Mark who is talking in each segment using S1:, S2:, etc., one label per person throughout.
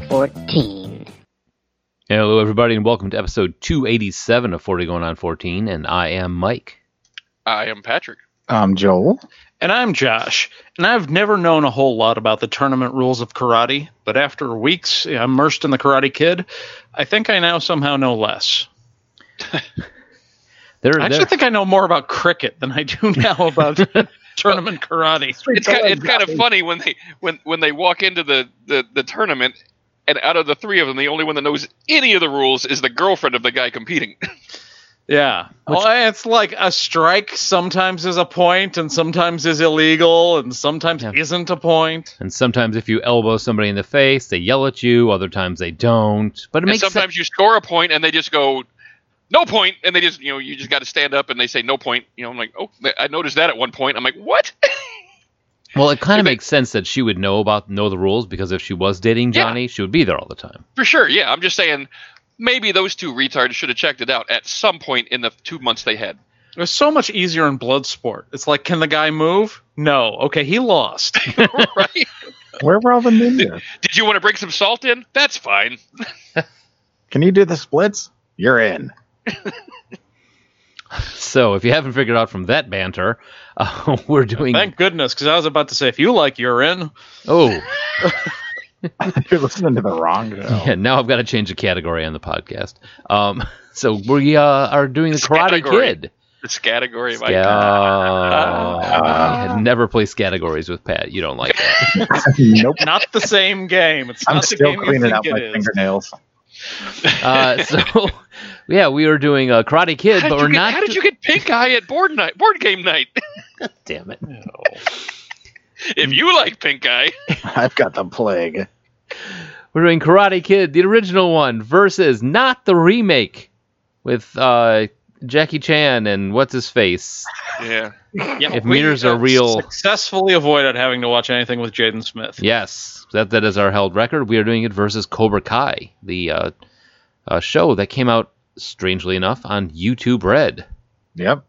S1: 14.
S2: Hello, everybody, and welcome to episode 287 of 40 Going On 14. And I am Mike.
S3: I am Patrick.
S4: I'm Joel.
S5: And I'm Josh, and I've never known a whole lot about the tournament rules of karate, but after weeks immersed in the Karate Kid, I think I now somehow know less.
S2: There,
S5: I
S2: there-
S5: actually think I know more about cricket than I do now about tournament karate.
S3: It's kind, it's kind of funny when they when when they walk into the, the the tournament, and out of the three of them, the only one that knows any of the rules is the girlfriend of the guy competing.
S5: Yeah. well, it's like a strike sometimes is a point, and sometimes is illegal, and sometimes
S2: Yeah.
S5: isn't a point.
S2: and sometimes if you elbow somebody in the face, they yell at you. Other times they don't. But it
S3: And
S2: makes sense.
S3: sometimes you score a point, and they just go, "No point," and they just you know you just got to stand up, and they say, "No point." You know, I'm like, oh, I noticed that at one point. I'm like, what?
S2: Well, it kind
S3: it
S2: of
S3: ma-
S2: makes sense that she would know about know the rules because if she was dating
S3: Yeah.
S2: Johnny, she would be there all the time.
S3: For sure, yeah. I'm just saying, maybe those two retards should have checked it out at some point in the two months they had.
S5: It was so much easier in Bloodsport. It's like, can the guy move? No. Okay, he lost.
S3: right?
S4: Where were all the ninjas?
S3: Did you want to bring some salt in? That's fine.
S4: Can you do the splits? You're in.
S2: So if you haven't figured out from that banter, uh, we're doing.
S5: Thank goodness, because I was about to say, if you like urine,
S2: Oh,
S4: You're listening to the wrong show.
S2: yeah, now I've got to change the category on the podcast. Um, so we uh, are doing the
S3: This
S2: Karate
S3: category.
S2: Kid.
S3: This category, of
S2: Yeah.
S3: Ah.
S2: I had never plays categories with Pat. You don't like that.
S4: nope.
S5: not the same game. It's
S4: I'm
S5: not the
S4: still
S5: game you
S4: cleaning out
S5: think
S4: my
S5: it is.
S4: fingernails.
S2: Uh, so, yeah, we are doing a Karate Kid,
S3: How did
S2: but
S3: you
S2: we're
S3: get-
S2: not.
S3: How did
S2: do-
S3: you get pink eye at board night, board game night?
S2: Damn it.
S3: if you like pink eye,
S4: I've got the plague.
S2: We're doing Karate Kid, the original one, versus not the remake with uh, Jackie Chan and what's his face.
S3: yeah,
S5: Yeah,
S2: If
S5: we,
S2: meters are
S5: uh,
S2: real-
S5: successfully avoided having to watch anything with Jaden Smith.
S2: Yes, that that is our held record. We are doing it versus Cobra Kai, the uh, uh, show that came out strangely enough on YouTube Red.
S4: Yep.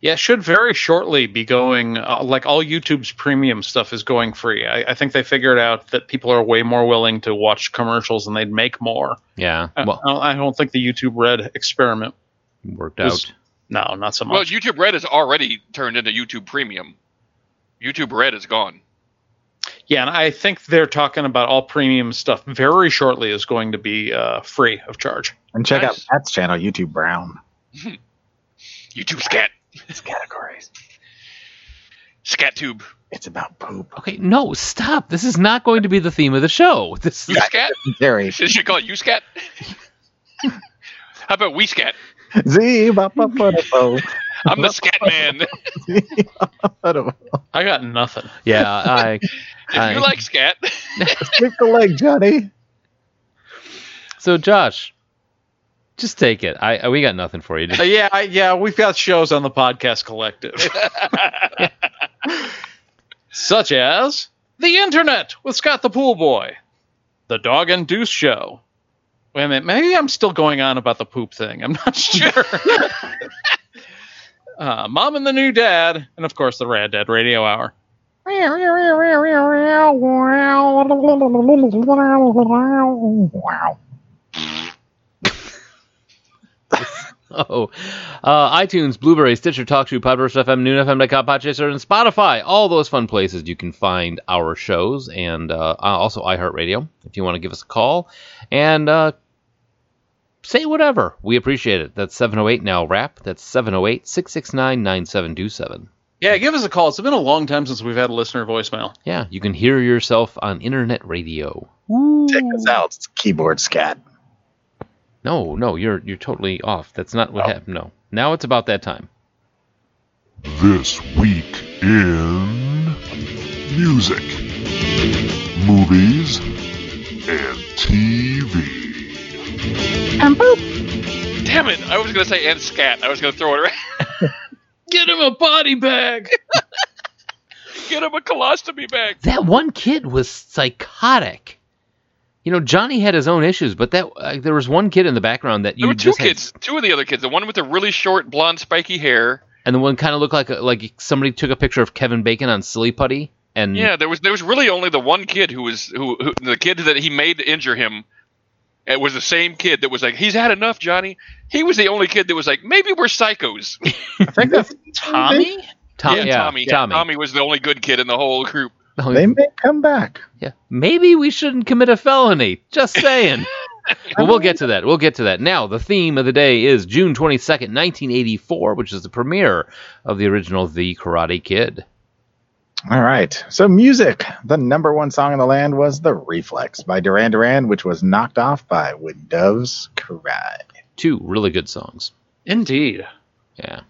S5: Yeah, it should very shortly be going. Uh, like all YouTube's premium stuff is going free. I, I think they figured out that people are way more willing to watch commercials and they'd make more.
S2: Yeah,
S5: I-
S2: well,
S5: I, I don't think the YouTube Red experiment.
S2: worked
S5: was-
S2: out.
S5: No, not so much.
S3: well, YouTube Red is already turned into YouTube Premium. YouTube Red is gone.
S5: yeah, and I think they're talking about all premium stuff very shortly is going to be uh, free of charge.
S4: And check
S3: Nice.
S4: out Pat's channel, YouTube Brown.
S3: YouTube Scat,
S4: It's categories.
S3: Scat Tube,
S4: It's about poop.
S2: Okay, no, stop. This is not going to be the theme of the show. This
S3: You
S2: is
S3: Scat.
S4: Jerry.
S3: Should you call it You Scat? how about We Scat?
S4: Z ba ba ba da bo.
S3: I'm the Scat Man.
S4: Ba da bo.
S5: I got nothing.
S2: yeah. I,
S3: if you like Scat,
S4: Stick the leg, Johnny.
S2: so Josh, just take it. I, I we got nothing for you.
S5: Uh, yeah, I, yeah, we've got shows on the podcast collective, such as the Internet with Scott the Pool Boy, the Dog and Deuce Show. Wait a minute, maybe I'm still going on about the poop thing. I'm not sure. uh, Mom and the New Dad, and of course the Rad Dad Radio Hour.
S4: Wow.
S2: Oh, uh, iTunes, Blueberry, Stitcher, TalkShoe, Podverse FM, NoonFM.com, Podchaser, and Spotify. All those fun places you can find our shows, and uh, also iHeartRadio if you want to give us a call and uh, say whatever. We appreciate it. That's 708 now. Wrap. That's 708 669 9727.
S5: Yeah, give us a call. It's been a long time since we've had a listener voicemail.
S2: Yeah, you can hear yourself on internet radio.
S4: Check this out. It's keyboard scat.
S2: No, no, you're you're totally off. That's not what happened. No, now it's about that time.
S6: This week in music, movies, and TV.
S3: damn it! I was gonna say and Scat. I was gonna throw it. around.
S5: Get him a body bag.
S3: Get him a colostomy bag.
S2: that one kid was psychotic. You know, Johnny had his own issues, but that uh, there was one kid in the background that you
S3: There were two
S2: just had-
S3: kids, two of the other kids. The one with the really short blonde spiky hair.
S2: and the one kind of looked like a, like somebody took a picture of Kevin Bacon on Silly Putty. and
S3: Yeah, there was there was really only the one kid who was who, who the kid that he made to injure him. It was the same kid that was like, "He's had enough, Johnny." He was the only kid that was like, "Maybe we're psychos."
S5: I think that's Tommy.
S2: Tom, yeah,
S3: Tommy.
S2: Tommy.
S3: Tommy was the only good kid in the whole group.
S2: Oh,
S4: They may come back.
S2: yeah. Maybe we shouldn't commit a felony. Just saying. well, we'll get to that. We'll get to that. Now, the theme of the day is June 22nd, 1984, which is the premiere of the original The Karate Kid.
S4: All right. So, music. The number one song in the land was The Reflex by Duran Duran, which was knocked off by When Doves Cry.
S2: Two really good songs.
S5: Indeed.
S2: Yeah.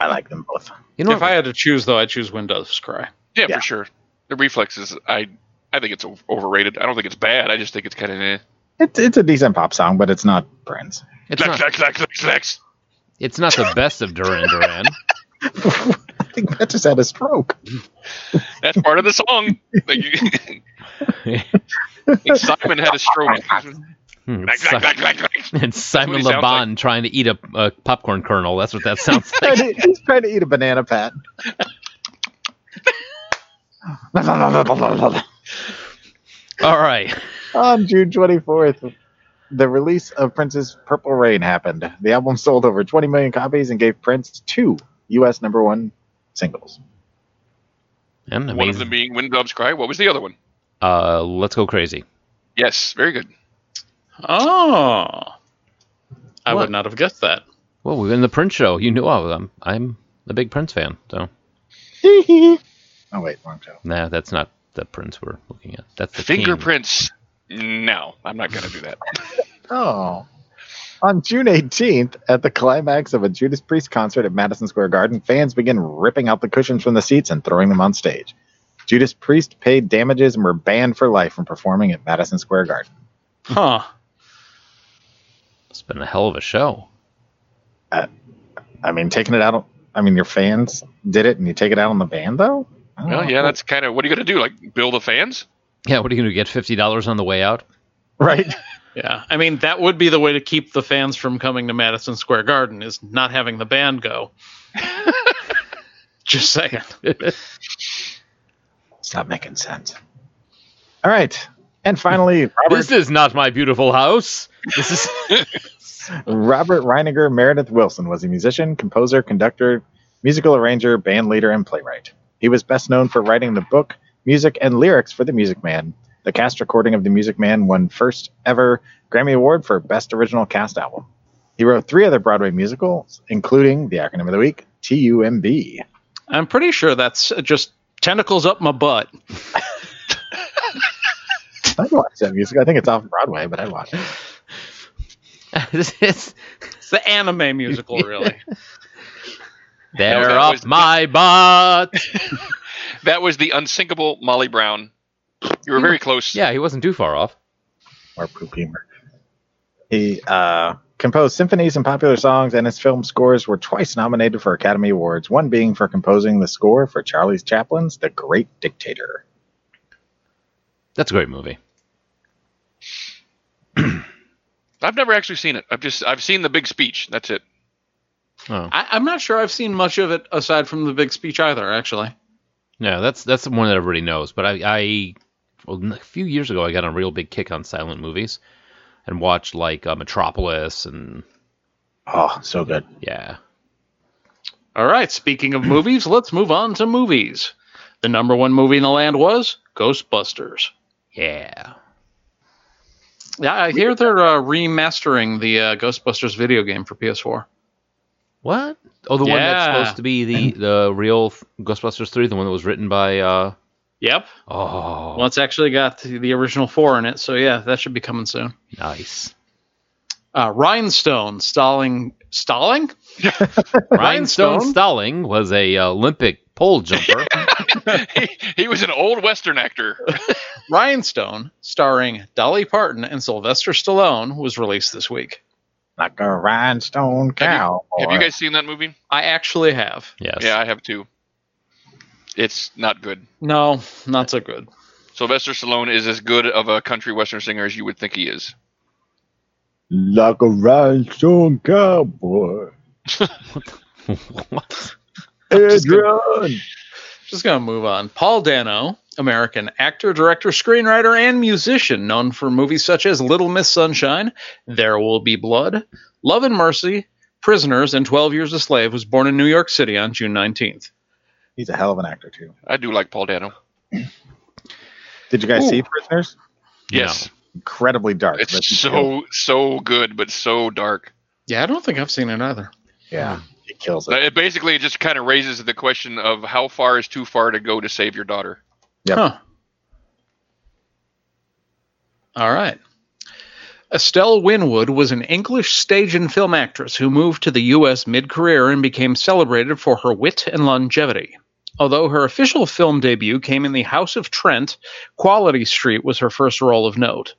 S4: I like them both.
S2: You know
S5: if
S2: what?
S5: I had to choose, though, I'd choose Windows Cry.
S3: Yeah,
S4: Yeah.
S3: for sure. The reflexes, I I think it's o- overrated. I don't think it's bad. I just think it's kind of eh.
S4: It's, it's a decent pop song, but it's not Prince.
S2: it's, not,
S3: Flex, flex, flex, flex, flex.
S2: it's not the best of Duran Duran.
S4: I think that just had a stroke.
S3: That's part of the song. Like, you- like Simon had a stroke.
S2: Hmm, it's
S3: Flex, flex,
S2: Si-
S3: flex, flex, flex.
S2: It's Simon
S3: That's what he sounds
S2: LeBon trying to eat a, a popcorn kernel. That's what that sounds like.
S4: He's trying to eat a banana pat.
S2: All right.
S4: On June 24th, the release of Prince's Purple Rain happened. The album sold over 20 million copies and gave Prince two U.S. number one singles.
S2: And
S3: One of them
S2: amazing.
S3: being When Doves Cry. What was the other one?
S2: Uh, let's go crazy.
S3: Yes, very good.
S5: Oh. I
S2: What?
S5: would not have guessed that.
S2: Well, we were in the Prince show. You knew all of them. I'm a big Prince fan, so
S4: oh, wait, wrong show.
S2: nah, that's not the Prince we're looking at. That's the king.
S3: Fingerprints. No, I'm not going to do that.
S4: Oh. On June 18th, at the climax of a Judas Priest concert at Madison Square Garden, fans begin ripping out the cushions from the seats and throwing them on stage. Judas Priest paid damages and were banned for life from performing at Madison Square Garden.
S5: Huh.
S2: It's been a hell of a show.
S4: I mean, taking it out on, I mean, your fans did it and you take it out on the band, though? Oh. I don't
S3: Well,
S4: know.
S3: yeah, that's kind of what are you going to do? Like bill the fans?
S2: Yeah, what are you gonna do, get? Fifty dollars on the way out?
S4: Right.
S5: Yeah. I mean, that would be the way to keep the fans from coming to Madison Square Garden is not having the band go. Just saying.
S4: Stop making sense. All right. And finally, Robert,
S2: This is not my beautiful house. This is
S4: Robert Reiniger Meredith Wilson was a musician, composer, conductor, musical arranger, band leader, and playwright. He was best known for writing the book, music, and lyrics for The Music Man. The cast recording of The Music Man won first ever Grammy Award for Best Original Cast Album. He wrote three other Broadway musicals, including the acronym of the week, TUMB.
S5: I'm pretty sure that's just tentacles up my butt.
S4: I watch that music. I think it's off Broadway, but I watch it.
S2: this is
S5: It's the anime musical, really.
S2: they're
S3: that
S2: up
S3: was-
S2: my butt.
S3: That was the unsinkable Molly Brown. You were very close.
S2: Yeah, he wasn't too far off.
S4: or Poopy Murphy. He uh, composed symphonies and popular songs, and his film scores were twice nominated for Academy Awards, one being for composing the score for Charlie's Chaplin's The Great Dictator.
S2: That's a great movie.
S3: I've never actually seen it. I've just I've seen the big speech. That's it.
S2: Oh,
S5: I, I'm not sure I've seen much of it aside from the big speech either, actually.
S2: no, that's that's the one that everybody knows. But I, I well, a few years ago, I got a real big kick on silent movies, and watched like uh, Metropolis and
S4: Oh, so good.
S2: yeah,
S5: All right, speaking of movies, let's move on to movies. The number one movie in the land was Ghostbusters.
S2: yeah.
S5: Yeah, I hear they're uh, remastering the uh, Ghostbusters video game for PS4.
S2: What? Oh, the one that's
S5: Yeah.
S2: supposed to be the the real Ghostbusters three, the one that was written by. uh
S5: Yep.
S2: Oh,
S5: Well, it's actually got the, the original four in it, so yeah, that should be coming soon.
S2: nice.
S5: Uh, Rhinestone, stalling, stalling?
S2: Rhinestone
S5: Rhinestone?
S2: Stalling was a uh, Olympic pole jumper.
S3: he, he was an old Western actor.
S2: Oh,
S5: Rhinestone, starring Dolly Parton and Sylvester Stallone, was released this week.
S4: Like a rhinestone cow.
S3: Have you guys seen that movie?
S5: I actually have.
S2: yes.
S3: Yeah, I have too. It's not good.
S5: No, not so good.
S3: Sylvester Stallone is as good of a country western singer as you would think he is.
S4: Like a rhinestone cowboy.
S2: What?
S4: Adrian!
S5: Just gonna move on. Paul Dano, American actor, director, screenwriter, and musician, known for movies such as Little Miss Sunshine, There Will Be Blood, Love and Mercy, Prisoners, and Twelve Years a Slave, was born in New York City on June 19th.
S4: He's a hell of an actor too.
S3: I do like Paul Dano.
S4: Did you guys
S5: Ooh.
S4: see Prisoners?
S3: Yes,
S4: Incredibly dark. but-
S3: it's so so good, but so dark.
S5: Yeah, I don't think I've seen it either.
S4: yeah, he kills
S3: But
S4: it.
S3: Uh, It basically just kind of raises the question of how far is too far to go to save your daughter.
S4: Yep.
S5: Huh. All right. Estelle Winwood was an English stage and film actress who moved to the U.S. mid career and became celebrated for her wit and longevity. Although her official film debut came in The House of Trent, Quality Street was her first role of note.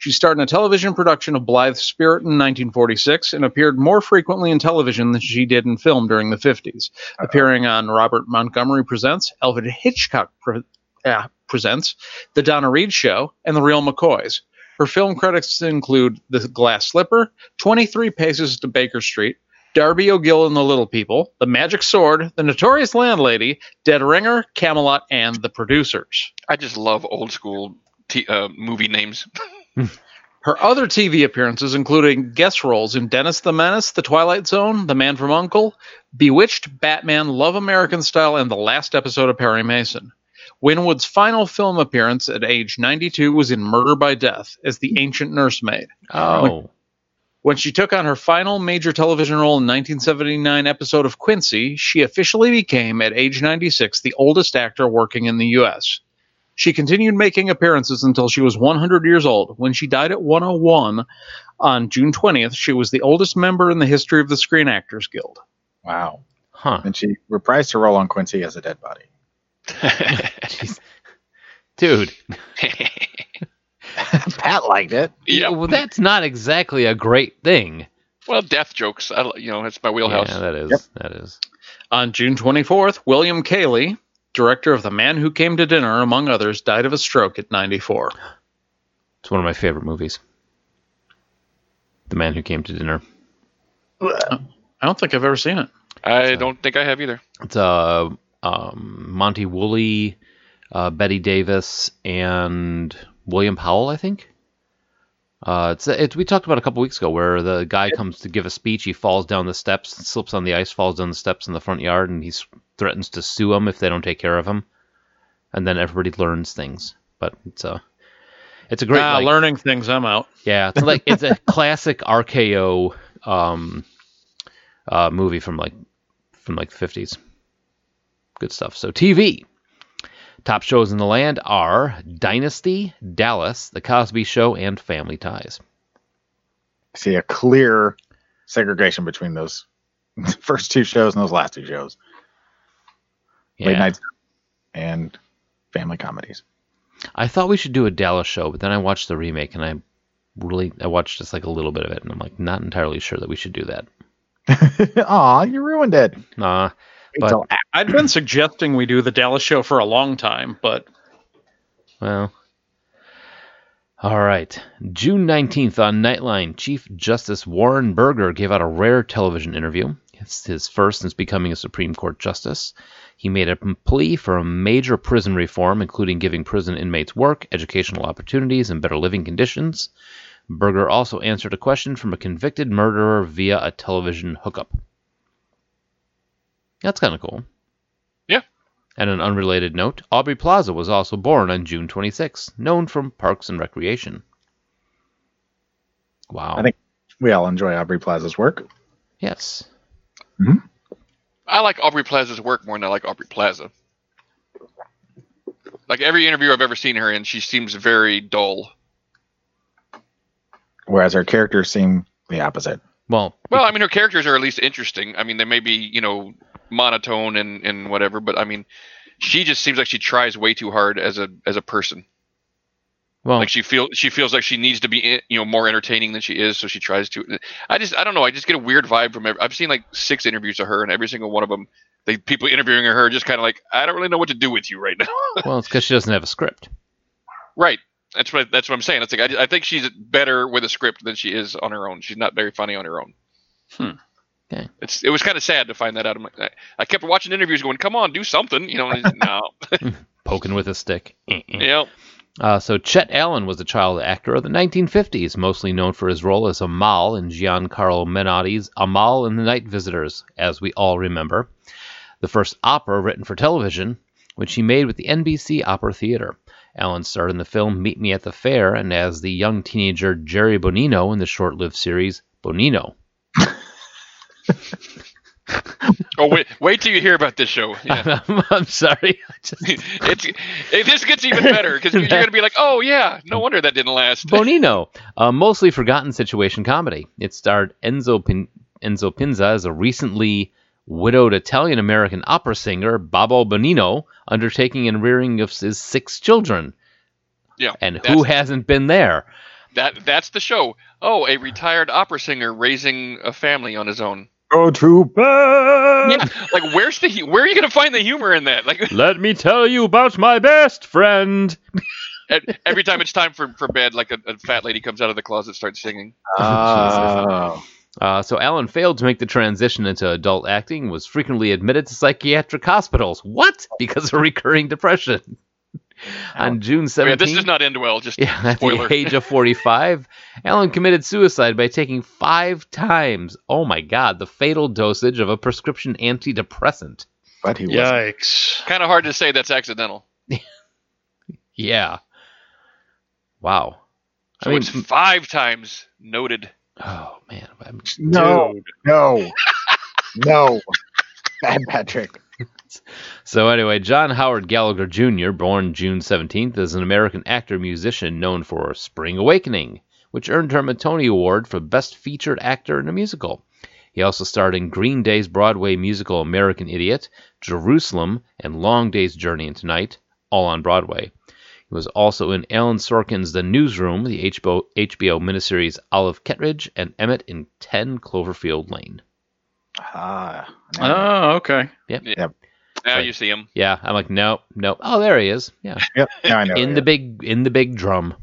S5: She starred in a television production of Blythe's Spirit in 1946 and appeared more frequently in television than she did in film during the 50s, appearing on Robert Montgomery Presents, Alfred Hitchcock pre- uh, Presents, The Donna Reed Show, and The Real McCoys. Her film credits include The Glass Slipper, 23 Paces to Baker Street, Darby O'Gill and the Little People, The Magic Sword, The Notorious Landlady, Dead Ringer, Camelot, and The Producers.
S3: I just love old school t- uh, movie names.
S5: Her other TV appearances, including guest roles in Dennis the Menace, The Twilight Zone, The Man from Uncle, Bewitched, Batman, Love American Style, and the last episode of Perry Mason. Winwood's final film appearance at age 92 was in Murder by Death as the ancient nursemaid.
S2: Oh,
S5: When she took on her final major television role in 1979 episode of Quincy, she officially became, at age 96, the oldest actor working in the U.S. She continued making appearances until she was 100 years old. When she died at 101 on June 20th, she was the oldest member in the history of the Screen Actors Guild.
S4: Wow.
S2: huh.
S4: And she reprised her role on Quincy as a dead body.
S2: Jeez. Dude,
S4: Pat liked it.
S3: yeah.
S2: well, that's not exactly a great thing.
S3: Well, death jokes. I, li- you know, that's my wheelhouse.
S2: Yeah, that is.
S4: Yep.
S2: That is.
S5: On June 24th, William Cayley, director of The Man Who Came to Dinner, among others, died of a stroke at 94.
S2: It's one of my favorite movies. The Man Who Came to Dinner.
S5: I don't think I've ever seen it.
S3: I don't think I have either.
S2: It's uh, um, Monty Woolley, uh, Betty Davis, and William Powell, I think. Uh, it's, it's we talked about a couple weeks ago where the guy comes to give a speech. He falls down the steps, slips on the ice, falls down the steps in the front yard, and he s- threatens to sue him if they don't take care of him. And then everybody learns things. But it's a it's a great
S5: Ah,
S2: like-
S5: learning things, I'm out.
S2: Yeah, it's like it's a classic RKO um, uh, movie from like from like the fifties. Good stuff. So TV. Top shows in the land are Dynasty, Dallas, The Cosby Show, and Family Ties.
S4: I see a clear segregation between those first two shows and those last two shows. Late nights and family comedies.
S2: I thought we should do a Dallas show, but then I watched the remake and I really I watched just like a little bit of it and I'm like not entirely sure that we should do that. Uh,
S4: Aw, you ruined it. Wait
S2: Nah. But-
S4: till after.
S5: I'd been suggesting we do the Dallas show for a long time, but
S2: Well. All right. June 19th on Nightline, Chief Justice Warren Berger gave out a rare television interview. It's his first since becoming a Supreme Court Justice. He made a plea for a major prison reform, including giving prison inmates work, educational opportunities, and better living conditions. Berger also answered a question from a convicted murderer via a television hookup. That's kind of cool. And an unrelated note, Aubrey Plaza was also born on June 26, known from Parks and Recreation. Wow.
S4: I think we all enjoy Aubrey Plaza's work.
S2: yes.
S3: I like Aubrey Plaza's work more than I like Aubrey Plaza. Like every interview I've ever seen her in, she seems very dull.
S4: Whereas her characters seem the opposite.
S2: Well,
S3: Well, I mean, her characters are at least interesting. I mean, they may be, you know, monotone and, and whatever, but I mean, she just seems like she tries way too hard as a as a person.
S2: well,
S3: Like she feels she feels like she needs to be, eh, you know, more entertaining than she is, so she tries to. eh, I just I don't know. I just get a weird vibe from. Every, I've seen like six interviews of her, and every single one of them, the people interviewing her are just kind of like, I don't really know what to do with you right now.
S2: well, it's because she doesn't have a script.
S3: Right. That's what that's what I'm saying. It's like I, I think she's better with a script than she is on her own. She's not very funny on her own.
S2: Okay.
S3: It's it was kind of sad to find that out. I'm like, I- I kept watching interviews, going, "Come on, do something," you know. And he's, no,
S2: Poking with a stick. Eh, eh.
S3: yeah,
S2: Uh, so Chet Allen was a child actor of the 1950s, mostly known for his role as Amal in Giancarlo Menotti's Amal and the Night Visitors, as we all remember, the first opera written for television, which he made with the NBC Opera Theater. Allen starred in the film Meet Me at the Fair and as the young teenager Jerry Bonino in the short-lived series Bonino.
S3: Oh wait, wait till you hear about this show. Yeah.
S2: I'm, sorry. I just-
S3: it's it, this gets even better because you're gonna be like, "Oh yeah, no wonder that didn't last."
S2: Bonino, a mostly forgotten situation comedy. It starred Enzo, Pin- Enzo Pinza as a recently widowed Italian American opera singer, Babbo Bonino, undertaking and rearing of his six children.
S3: Yeah,
S2: And
S3: that's-
S2: who hasn't been there?
S3: That that's the show. Oh, a retired opera singer raising a family on his own.
S4: Go to bed.
S3: Yeah, like where's the hu- where are you gonna find the humor in that? Like
S2: Let me tell you about my best friend.
S3: e- every time it's time for, for bed, like a, a fat lady comes out of the closet, starts singing.
S4: Oh.
S2: Uh, so Allen failed to make the transition into adult acting, was frequently admitted to psychiatric hospitals. What? Because of recurring depression. On June 17th.
S3: Yeah, this does not end well. Just
S2: Yeah, at
S3: spoiler.
S2: the age of 45, Allen committed suicide by taking five times, oh my God, the fatal dosage of a prescription antidepressant.
S4: but he was.
S5: Yikes.
S3: kind of hard to say that's accidental.
S2: Yeah. Wow.
S3: So
S2: I mean,
S3: it's five times noted.
S2: oh man. I'm-
S4: No, no, no. Bad Patrick.
S2: So anyway, John Howard Gallagher Jr., born June 17th, is an American actor musician known for Spring Awakening, which earned him a Tony Award for Best Featured Actor in a Musical. He also starred in Green Day's Broadway musical American Idiot, Jerusalem, and Long Day's Journey into Night, all on Broadway. He was also in Alan Sorkin's The Newsroom, the HBO, HBO miniseries Olive Kettridge, and Emmett in 10 Cloverfield Lane.
S4: Ah,
S2: Uh,
S4: no.
S5: Oh, okay.
S3: Now
S2: Right.
S3: you see him.
S2: Yeah, I'm like, nope, nope. Oh, there he is. Yeah,
S4: yep. Now I know.
S2: in the big, in the big drum.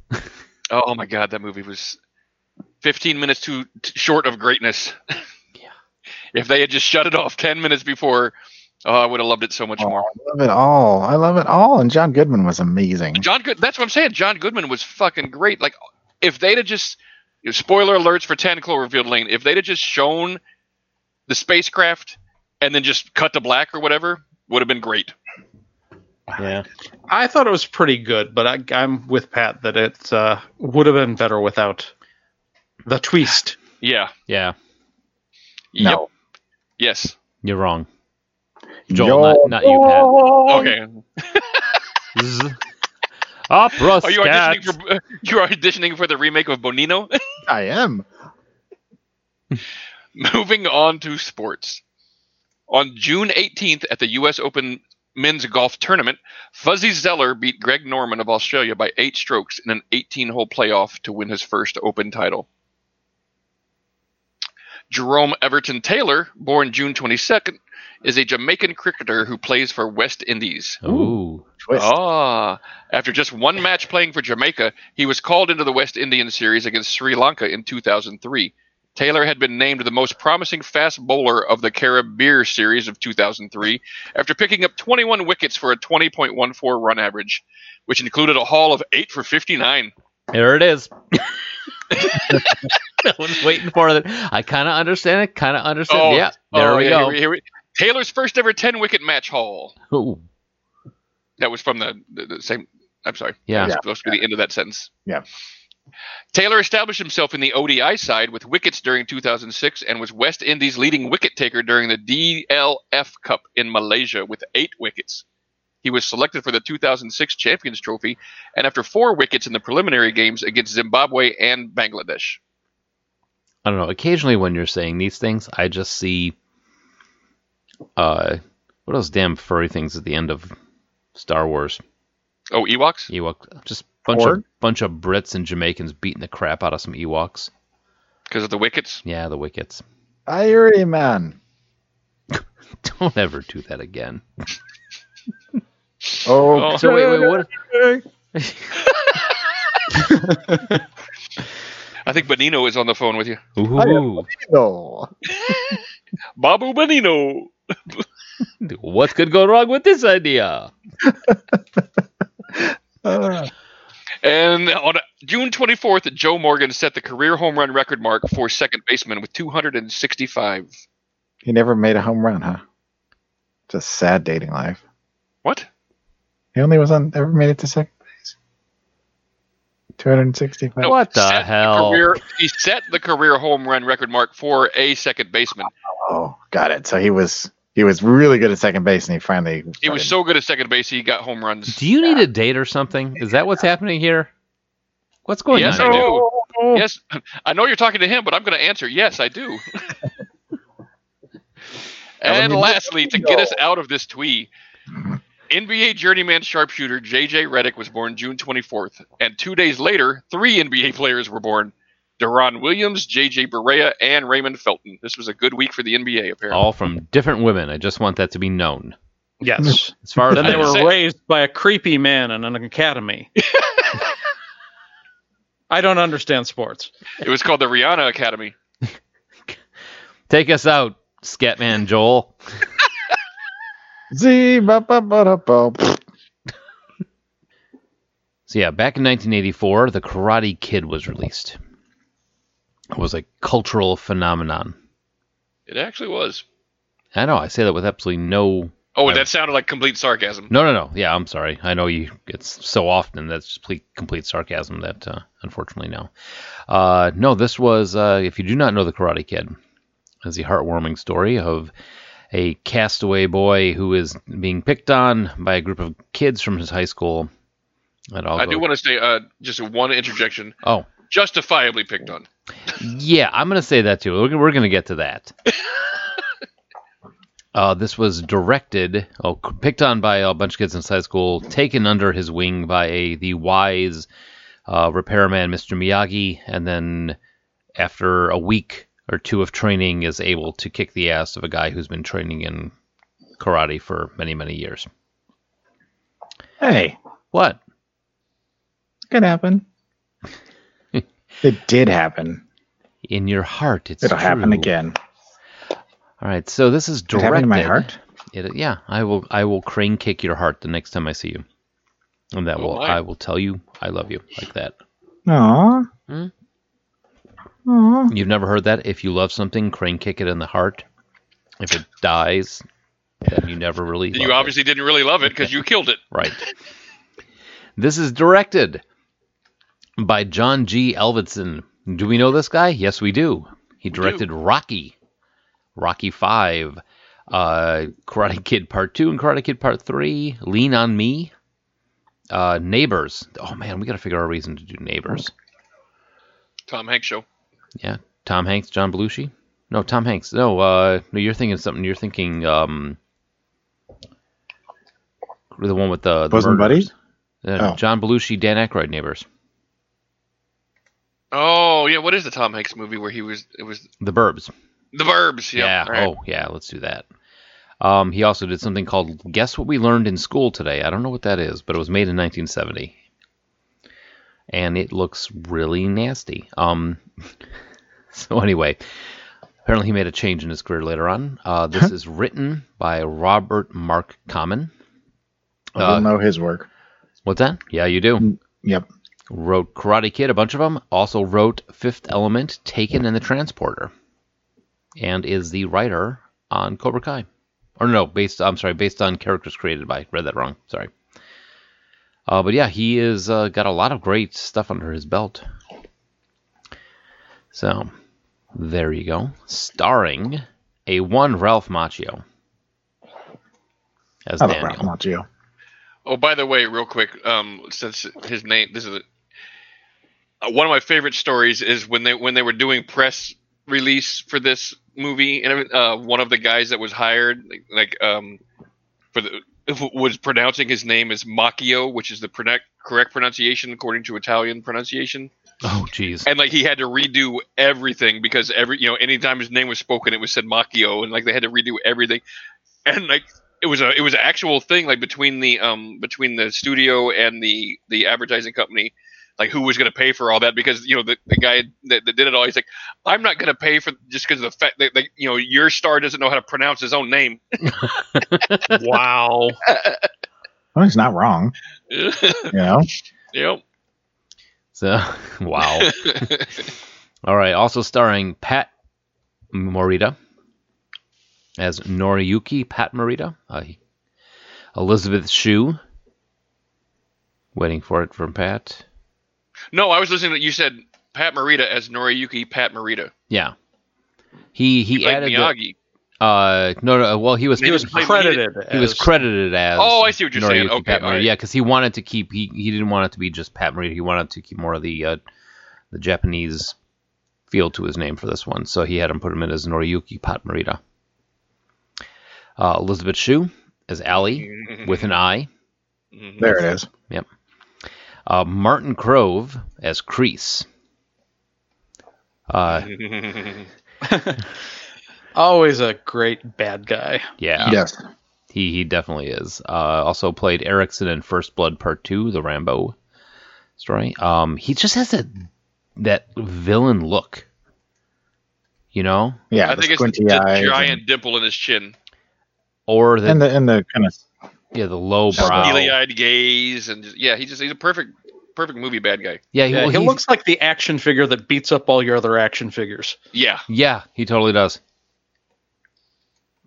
S3: Oh, oh my god, that movie was 15 minutes too t- short of greatness.
S2: Yeah.
S3: If they had just shut it off 10 minutes before, oh, I would have loved it so much
S4: Oh,
S3: more.
S4: I love it all. I love it all. And John Goodman was amazing.
S3: John Good that's what I'm saying. John Goodman was fucking great. Like if they'd have just you know, spoiler alerts for 10 Cloverfield Lane, if they'd have just shown the spacecraft and then just cut to black or whatever, would have been great.
S2: Yeah.
S5: I thought it was pretty good, but I, I'm with Pat that it uh, would have been better without the twist.
S3: Yeah.
S2: Yeah,
S3: Yep.
S4: No.
S3: Yes.
S2: you're wrong. Joel, not- not you, Pat.
S4: Oh,
S3: Okay.
S2: Z- Opera
S3: Are Oh, you auditioning
S2: scats.
S3: for you're auditioning for the remake of Bonino?
S4: I am.
S3: Moving on to sports. On June 18th at the U.S. Open men's golf tournament, Fuzzy Zeller beat Greg Norman of Australia by eight strokes in an 18 hole playoff to win his first Open title. Jerome Everton Taylor, born June 22nd, is a Jamaican cricketer who plays for West Indies.
S2: Ooh.
S4: Twist.
S3: Ah, after just one match playing for Jamaica, he was called into the West Indian Series against Sri Lanka in 2003. Taylor had been named the most promising fast bowler of the Caribbeer Series of 2003 after picking up 21 wickets for a 20.14 run average, which included a haul of 8 for 59.
S2: There it is. I was waiting for it. I kind of understand it. Kind of understand.
S3: Oh,
S2: yeah. There
S3: Oh,
S2: we
S3: yeah,
S2: go.
S3: here we- Taylor's first ever 10 wicket match haul.
S2: Ooh.
S3: That was from the, the, the same. I'm sorry.
S2: Yeah.
S3: That was supposed to be the end of that sentence.
S4: Yeah.
S3: Taylor established himself in the ODI side with wickets during 2006 and was West Indies' leading wicket taker during the DLF Cup in Malaysia with eight wickets. He was selected for the 2006 Champions Trophy and after four wickets in the preliminary games against Zimbabwe and Bangladesh.
S2: I don't know. Occasionally, when you're saying these things, I just see, uh, what are those damn furry things at the end of Star Wars?
S3: Oh, Ewoks?
S2: Ewok. Just bunch
S4: Or-
S2: of bunch of Brits and Jamaicans beating the crap out of some Ewoks.
S3: Because of the wickets?
S2: Yeah, the wickets.
S4: Irie Man.
S2: Don't ever do that again.
S4: Oh,
S3: Oh.
S2: So wait, wait, what?
S3: I think Benino is on the phone with you.
S2: Ooh.
S4: no.
S3: Babu Benino.
S2: What could go wrong with this idea?
S4: Uh,
S3: And on June 24th, Joe Morgan set the career home run record mark for second baseman with 265.
S4: he never made a home run, huh? It's a sad dating life.
S3: What?
S4: He only was on ever made it to second place. Two hundred and sixty-five.
S3: No,
S2: What the
S3: set
S2: hell?
S3: career- he set the career home run record mark for a second baseman.
S4: Oh, got it. So he was he was really good at second base, and he finally
S3: He was so good at second base, he got home runs.
S2: Do you need a date or something? Is that what's happening here? What's going
S3: Yes,
S2: on?
S3: I
S2: here?
S3: do. Yes, I know you're talking to him, but I'm going to answer. Yes, I do. and lastly, to get us out of this twee, NBA journeyman sharpshooter J.J. Redick was born June 24th, and two days later, three NBA players were born: Deron Williams, J.J. Barea, and Raymond Felton. This was a good week for the NBA, apparently.
S2: All from different women. I just want that to be known.
S5: Yes.
S2: As far as
S5: then
S2: I
S5: they
S2: know.
S5: were
S3: say-
S5: raised by a creepy man in an academy. I don't understand sports.
S3: It was called the Rihanna Academy.
S2: Take us out, Scatman Joel.
S4: Z ba ba ba da ba.
S2: So yeah, back in 1984, The Karate Kid was released. It was a cultural phenomenon.
S3: It actually was.
S2: I know I say that with absolutely no,
S3: Oh,
S2: Yeah.
S3: that sounded like complete sarcasm.
S2: no, no, no. Yeah, I'm sorry. I know you. It's so often that's just ple- complete sarcasm that uh, unfortunately now. Uh, no, this was uh, if you do not know The Karate Kid, is the heartwarming story of a castaway boy who is being picked on by a group of kids from his high school. That all
S3: I
S2: go-
S3: do want to say uh, just one interjection.
S2: Oh,
S3: Justifiably picked on.
S2: Yeah, I'm going to say that too. We're, gonna- we're going to get to that. uh, this was directed, oh, c- picked on by a bunch of kids in high school, taken under his wing by a, the wise uh, repairman, Mr. Miyagi, and then after a week or two of training, is able to kick the ass of a guy who's been training in karate for many, many years.
S4: Hey,
S2: What?
S4: could happen. it did happen.
S2: In your heart, it's
S4: It'll happen
S2: true.
S4: again.
S2: All right, so this is
S4: It
S2: directed.
S4: happened in my heart.
S2: It, yeah, I will. I will crane kick your heart the next time I see you, and that
S3: Oh,
S2: will.
S3: my.
S2: I will tell you I love you like that.
S4: Aww.
S2: Hmm?
S4: Aww.
S2: You've never heard that. If you love something, crane kick it in the heart. If it dies, then you never really.
S3: You
S2: loved it.
S3: obviously didn't really love it because you killed it.
S2: Right. this is directed by John G. Elvidson. Do we know this guy? Yes, we do. He directed Rocky, Rocky Five, uh, Karate Kid Part Two and Karate Kid Part Three, Lean on Me, uh, Neighbors. Oh man, we got to figure out a reason to do Neighbors.
S3: Tom Hanks show.
S2: Yeah, Tom Hanks, John Belushi. No, Tom Hanks. No, uh, no, you're thinking something. You're thinking um, the one with the, the
S4: Bosom
S2: murders.
S4: Buddies?
S2: Uh,
S4: Oh.
S2: John Belushi, Dan Aykroyd, neighbors.
S3: Oh yeah, what is the Tom Hanks movie where he was? It was
S2: The Burbs.
S3: The Burbs. Yep.
S2: yeah.
S3: All right.
S2: Oh, yeah. Let's do that. Um, he also did something called "Guess What We Learned in School Today." I don't know what that is, but it was made in 1970, and it looks really nasty. Um, so anyway, apparently he made a change in his career later on. Uh, this is written by Robert Mark Common.
S4: I
S2: Uh,
S4: don't know his work.
S2: What's that? Yeah, you do.
S4: Yep.
S2: Wrote Karate Kid, a bunch of them. Also wrote Fifth Element, Taken, and The Transporter. And is the writer on Cobra Kai. Or no, based I'm sorry, based on characters created by. Read that wrong. Sorry. Uh, but yeah, he is uh, got a lot of great stuff under his belt. So there you go. Starring a one Ralph Macchio as
S4: I love
S2: Daniel.
S4: Ralph Macchio.
S3: Oh, by the way, real quick, um, since his name, this is a, uh, one of my favorite stories is when they when they were doing press release for this movie, and everyth- uh, one of the guys that was hired, like, like um, for the was pronouncing his name as Macchio, which is the pronoun correct pronunciation according to Italian pronunciation.
S2: Oh, jeez.
S3: and like he had to redo everything because every you know anytime his name was spoken it was said Macchio and like they had to redo everything and like it was a it was an actual thing like between the um between the studio and the the advertising company like who was going to pay for all that because you know the, the guy that, that did it all he's like i'm not going to pay for just because of the fact that, that you know your star doesn't know how to pronounce his own name
S5: wow.
S4: Well, Oh, he's not wrong.
S3: you
S4: You know,
S3: know
S2: So, wow. All right. Also starring Pat Morita as Noriyuki Pat Morita. Uh, he- Elizabeth Shue. Waiting for it from Pat.
S3: no i was listening to you said pat marita as noriyuki pat marita
S2: Yeah. He he
S3: like
S2: added the-
S3: miyagi
S2: uh no no well he was
S5: He was credited.
S2: he was
S5: as-
S2: credited as
S3: Oh, I see what you're saying. Okay,
S2: Pat Morita.
S3: all right.
S2: Yeah, because he wanted to keep he, he didn't want it to be just Pat Morita. He wanted to keep more of the uh, the Japanese feel to his name for this one. So he had him put him in as Noriyuki Pat Morita. Uh, Elizabeth Shue as Allie with an I.
S4: there it is.
S2: Uh, Martin Krove as Crease. Uh,
S5: Always a great bad guy.
S2: yeah,
S4: Yes.
S2: he he definitely is. Uh, also played Erickson in First Blood Part Two, the Rambo story. Um, he just has that that villain look, you know,
S4: Yeah.
S3: i
S4: the
S3: think it's
S4: squinty
S3: the
S4: eyes
S3: giant
S4: and-
S3: dimple in his chin
S2: or the,
S4: And, the and the kind of
S2: yeah the low brow.
S3: steely eyed gaze and just, yeah he just he's a perfect perfect movie bad guy
S2: Yeah, he,
S5: Yeah,
S2: well,
S5: he
S2: he-
S5: looks like the action figure that beats up all your other action figures.
S3: yeah
S2: Yeah, he totally does.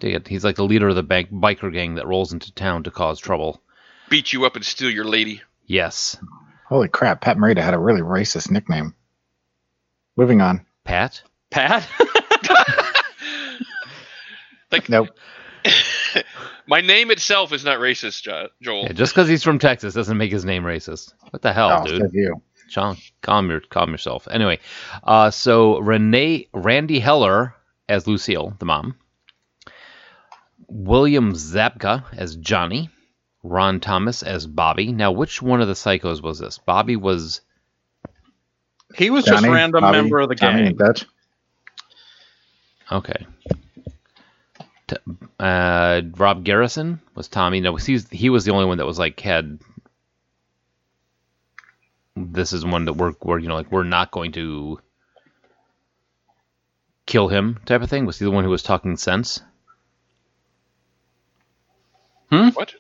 S2: Dig it. He's like the leader of the bank biker gang that rolls into town to cause trouble.
S3: beat you up and steal your lady
S2: Yes,
S4: holy crap. Pat Morita had a really racist nickname. Moving on.
S2: Pat.
S5: Pat?
S4: Nope.
S3: my name itself is not racist Jo- joel
S2: Yeah, just because he's from Texas doesn't make his name racist. What the hell,
S4: Oh,
S2: dude?
S4: says you.
S2: John, calm your calm yourself. Anyway, uh, so Renee Randy Heller as Lucille, the mom. William Zabka as Johnny. Ron Thomas as Bobby. Now, which one of the psychos was this? Bobby was
S5: He was just
S4: Johnny,
S5: random
S4: Bobby,
S5: member of the
S4: Tommy,
S5: gang.
S4: and Dutch.
S2: okay. T- uh, Rob Garrison was Tommy. No, he's he was the only one that was like had. This is one that we're we're you know like we're not going to kill him type of thing. Was he the one who was talking sense?
S3: what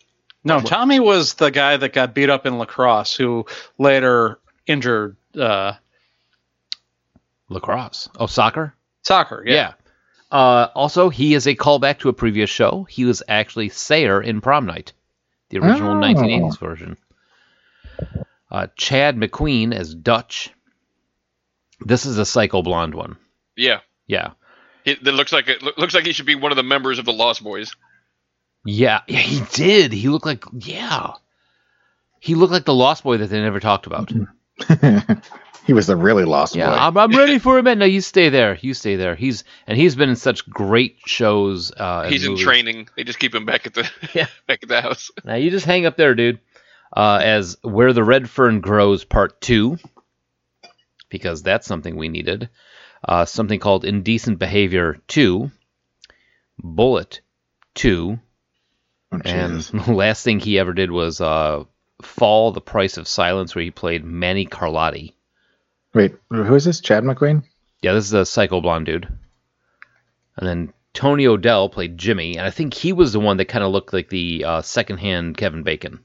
S5: No, Tommy was the guy that got beat up in lacrosse who later injured uh,
S2: Lacrosse. Oh, soccer?
S5: soccer. Yeah.
S2: Uh, also, he is a callback to a previous show. He was actually Sayer in Prom Night, the original
S4: Oh.
S2: 1980s version. Uh, Chad McQueen as Dutch. This is a psycho blonde one.
S3: yeah
S2: Yeah.
S3: he, that looks like it looks like he should be one of the members of the lost boys
S2: Yeah. Yeah, he did. He looked like, yeah. He looked like the Lost Boy that they never talked about.
S4: he was a really lost
S2: Yeah,
S4: boy.
S2: I'm, I'm ready for him. No, you stay there. You stay there. He's and he's been in such great shows. Uh, and
S3: he's in
S2: movies.
S3: training they just keep him back at the
S2: Yeah.
S3: back at the house
S2: Now you just hang up there, dude. Uh, as where the red fern grows, part two, because that's something we needed. Uh, something called indecent behavior two, bullet two,
S4: Oh,
S2: and
S4: Jesus.
S2: the last thing he ever did was uh, fall the price of silence, where he played Manny Carlotti.
S4: Wait, who is this? Chad McQueen?
S2: Yeah, this is a psycho blonde dude. And then Tony Odell played Jimmy, and I think he was the one that kind of looked like the uh, secondhand Kevin Bacon.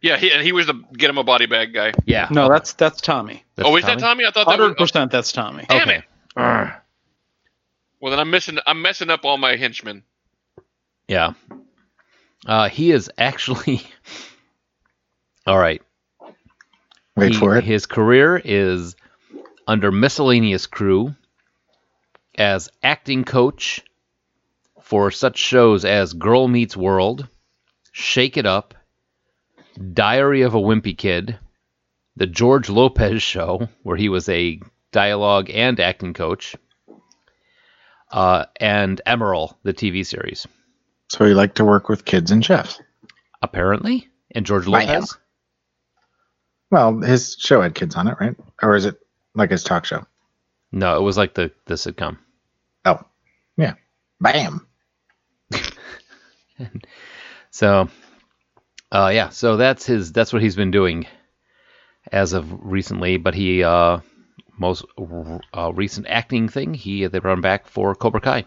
S3: yeah he, and he was the get him a body bag guy
S2: Yeah.
S5: No, that's that's Tommy.
S2: That's
S3: oh is that tommy i thought that was
S5: Hundred percent, that's Tommy.
S3: Damn
S2: Okay.
S3: it. oh, well then i'm missing i'm messing up all my henchmen
S2: Yeah. Uh, he is actually. All right.
S4: Wait
S2: He-
S4: for it.
S2: His career is under miscellaneous crew as acting coach for such shows as Girl Meets World, Shake It Up, Diary of a Wimpy Kid, The George Lopez Show, where he was a dialogue and acting coach, uh, and Emerald, the TV series.
S4: So he liked to work with kids and chefs.
S2: apparently, and George
S4: Bam.
S2: Lopez.
S4: Well, his show had kids on it, right? Or is it like his talk show?
S2: No, it was like the the sitcom.
S4: Oh, yeah. Bam.
S2: So, uh, yeah, so that's his. That's what he's been doing as of recently, but he uh, most uh, recent acting thing he they brought him back for Cobra Kai.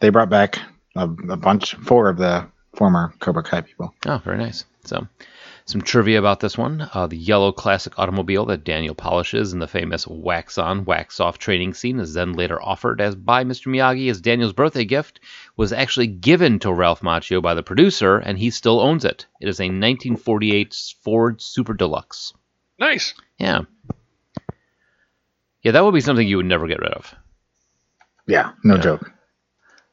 S4: They brought back a, a bunch, four of the former Cobra Kai people.
S2: Oh, very nice. So, some trivia about this one: uh, the yellow classic automobile that Daniel polishes in the famous wax on, wax off training scene is then later offered as by Mr. Miyagi as Daniel's birthday gift. Was actually given to Ralph Macchio by the producer, and he still owns it. It is a 1948 Ford Super Deluxe.
S3: Nice.
S2: Yeah, yeah, that would be something you would never get rid of.
S4: Yeah, no joke.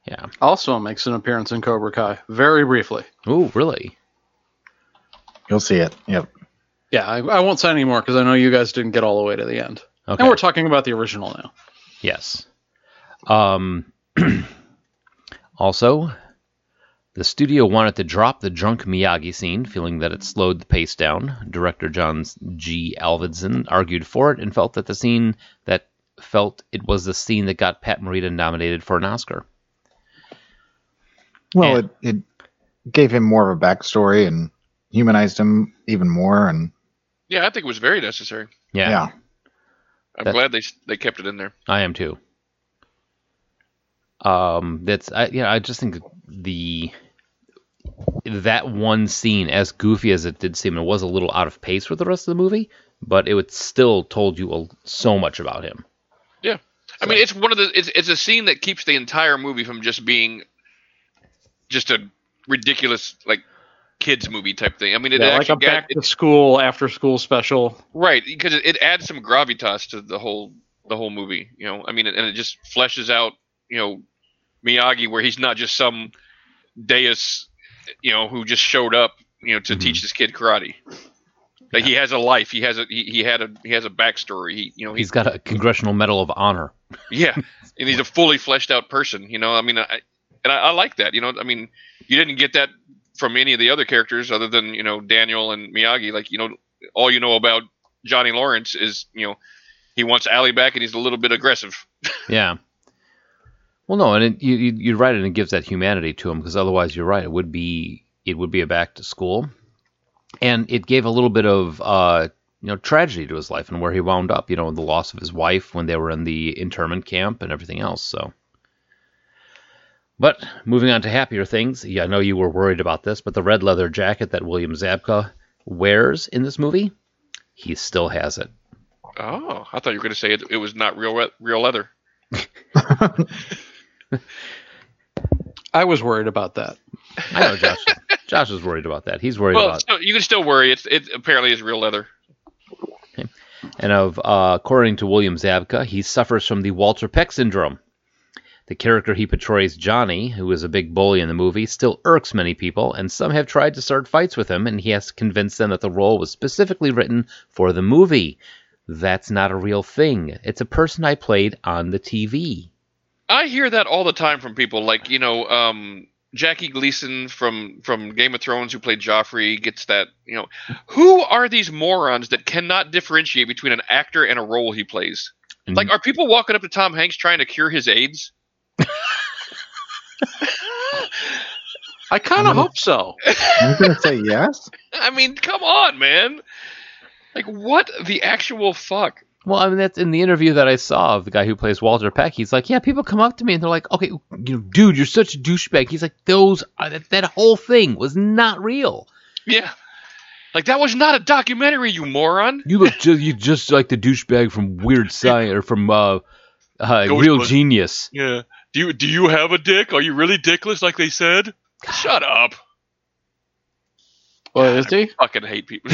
S2: Yeah.
S5: Also makes an appearance in Cobra Kai, very briefly.
S2: Oh, really?
S4: You'll see it. Yep.
S5: Yeah, I, I won't say anymore because I know you guys didn't get all the way to the end.
S2: Okay.
S5: And we're talking about the original now.
S2: Yes. Um, also, the studio wanted to drop the drunk Miyagi scene, feeling that it slowed the pace down. Director John G. Alvidson argued for it and felt that the scene that felt it was the scene that got Pat Morita nominated for an Oscar.
S4: Well,
S2: And-
S4: it, it gave him more of a backstory and humanized him even more. And
S3: Yeah, I think it was very necessary.
S2: Yeah,
S4: yeah,
S3: I'm
S2: That-
S3: glad they they kept it in there.
S2: I am too. Um, that's I, yeah. I just think the that one scene, as goofy as it did seem, it was a little out of pace with the rest of the movie, but it would still told you a, so much about him.
S3: Yeah, I mean, it's one of the it's it's a scene that keeps the entire movie from just being just a ridiculous like kids movie type thing. I mean, it
S5: Yeah, like a
S3: actually got,
S5: back to school, after school special.
S3: right because it, it adds some gravitas to the whole the whole movie. You know, I mean, and it just fleshes out you know Miyagi where he's not just some deus you know who just showed up you know to
S5: Mm-hmm.
S3: teach this kid karate. Like he has a life. He has a he, he had a he has a backstory. He you know he
S2: He's got a Congressional Medal of Honor.
S3: Yeah, and he's a fully fleshed out person. You know, I mean, I, and I, I like that. You know, I mean, you didn't get that from any of the other characters other than you know Daniel and Miyagi. Like you know, all you know about Johnny Lawrence is you know he wants Allie back and he's a little bit aggressive.
S2: Yeah. Well, no, and it, you, you you're right, and it gives that humanity to him because otherwise, you're right. It would be it would be a back to school, and it gave a little bit of uh, you know tragedy to his life and where he wound up. You know, the loss of his wife when they were in the internment camp and everything else. So. But moving on to happier things, yeah, I know you were worried about this, but the red leather jacket that William Zabka wears in this movie, he still has it.
S3: Oh, I thought you were going to say it, it was not real re- real leather.
S5: I was worried about that.
S2: I know Josh. Josh is worried about that. He's worried
S3: Well,
S2: about
S3: still- you can still worry. It's it apparently is real leather.
S2: and of uh, according to William Zabka, he suffers from the Walter Peck syndrome. The character he portrays, Johnny, who is a big bully in the movie, still irks many people, and some have tried to start fights with him, and he has to convince them that the role was specifically written for the movie. That's not a real thing. It's a person I played on the TV.
S3: I hear that all the time from people. Like you know, um, Jackie Gleason from from Game of Thrones, who played Joffrey, gets that. You know, who are these morons that cannot differentiate between an actor and a role he plays?
S2: And
S3: Like, are people walking up to Tom Hanks trying to cure his AIDS?
S5: I kind
S4: Um,
S5: of hope so.
S4: I'm gonna say yes.
S3: I mean, come on, man. Like, what the actual fuck?
S2: Well, I mean, that's in the interview that I saw of the guy who plays Walter Peck. He's like, yeah, people come up to me and they're like, okay, you know, dude, you're such a douchebag. He's like, those, are, that, that whole thing was not real.
S3: Yeah. Like that was not a documentary, you moron.
S2: You look, just, you just like the douchebag from Weird Science or from uh, uh,
S3: Ghostbusters.
S2: Real Genius.
S3: Yeah. Do you do you have a dick? Are you really dickless like they said? Shut up.
S5: Well, is he?
S3: fucking hate people.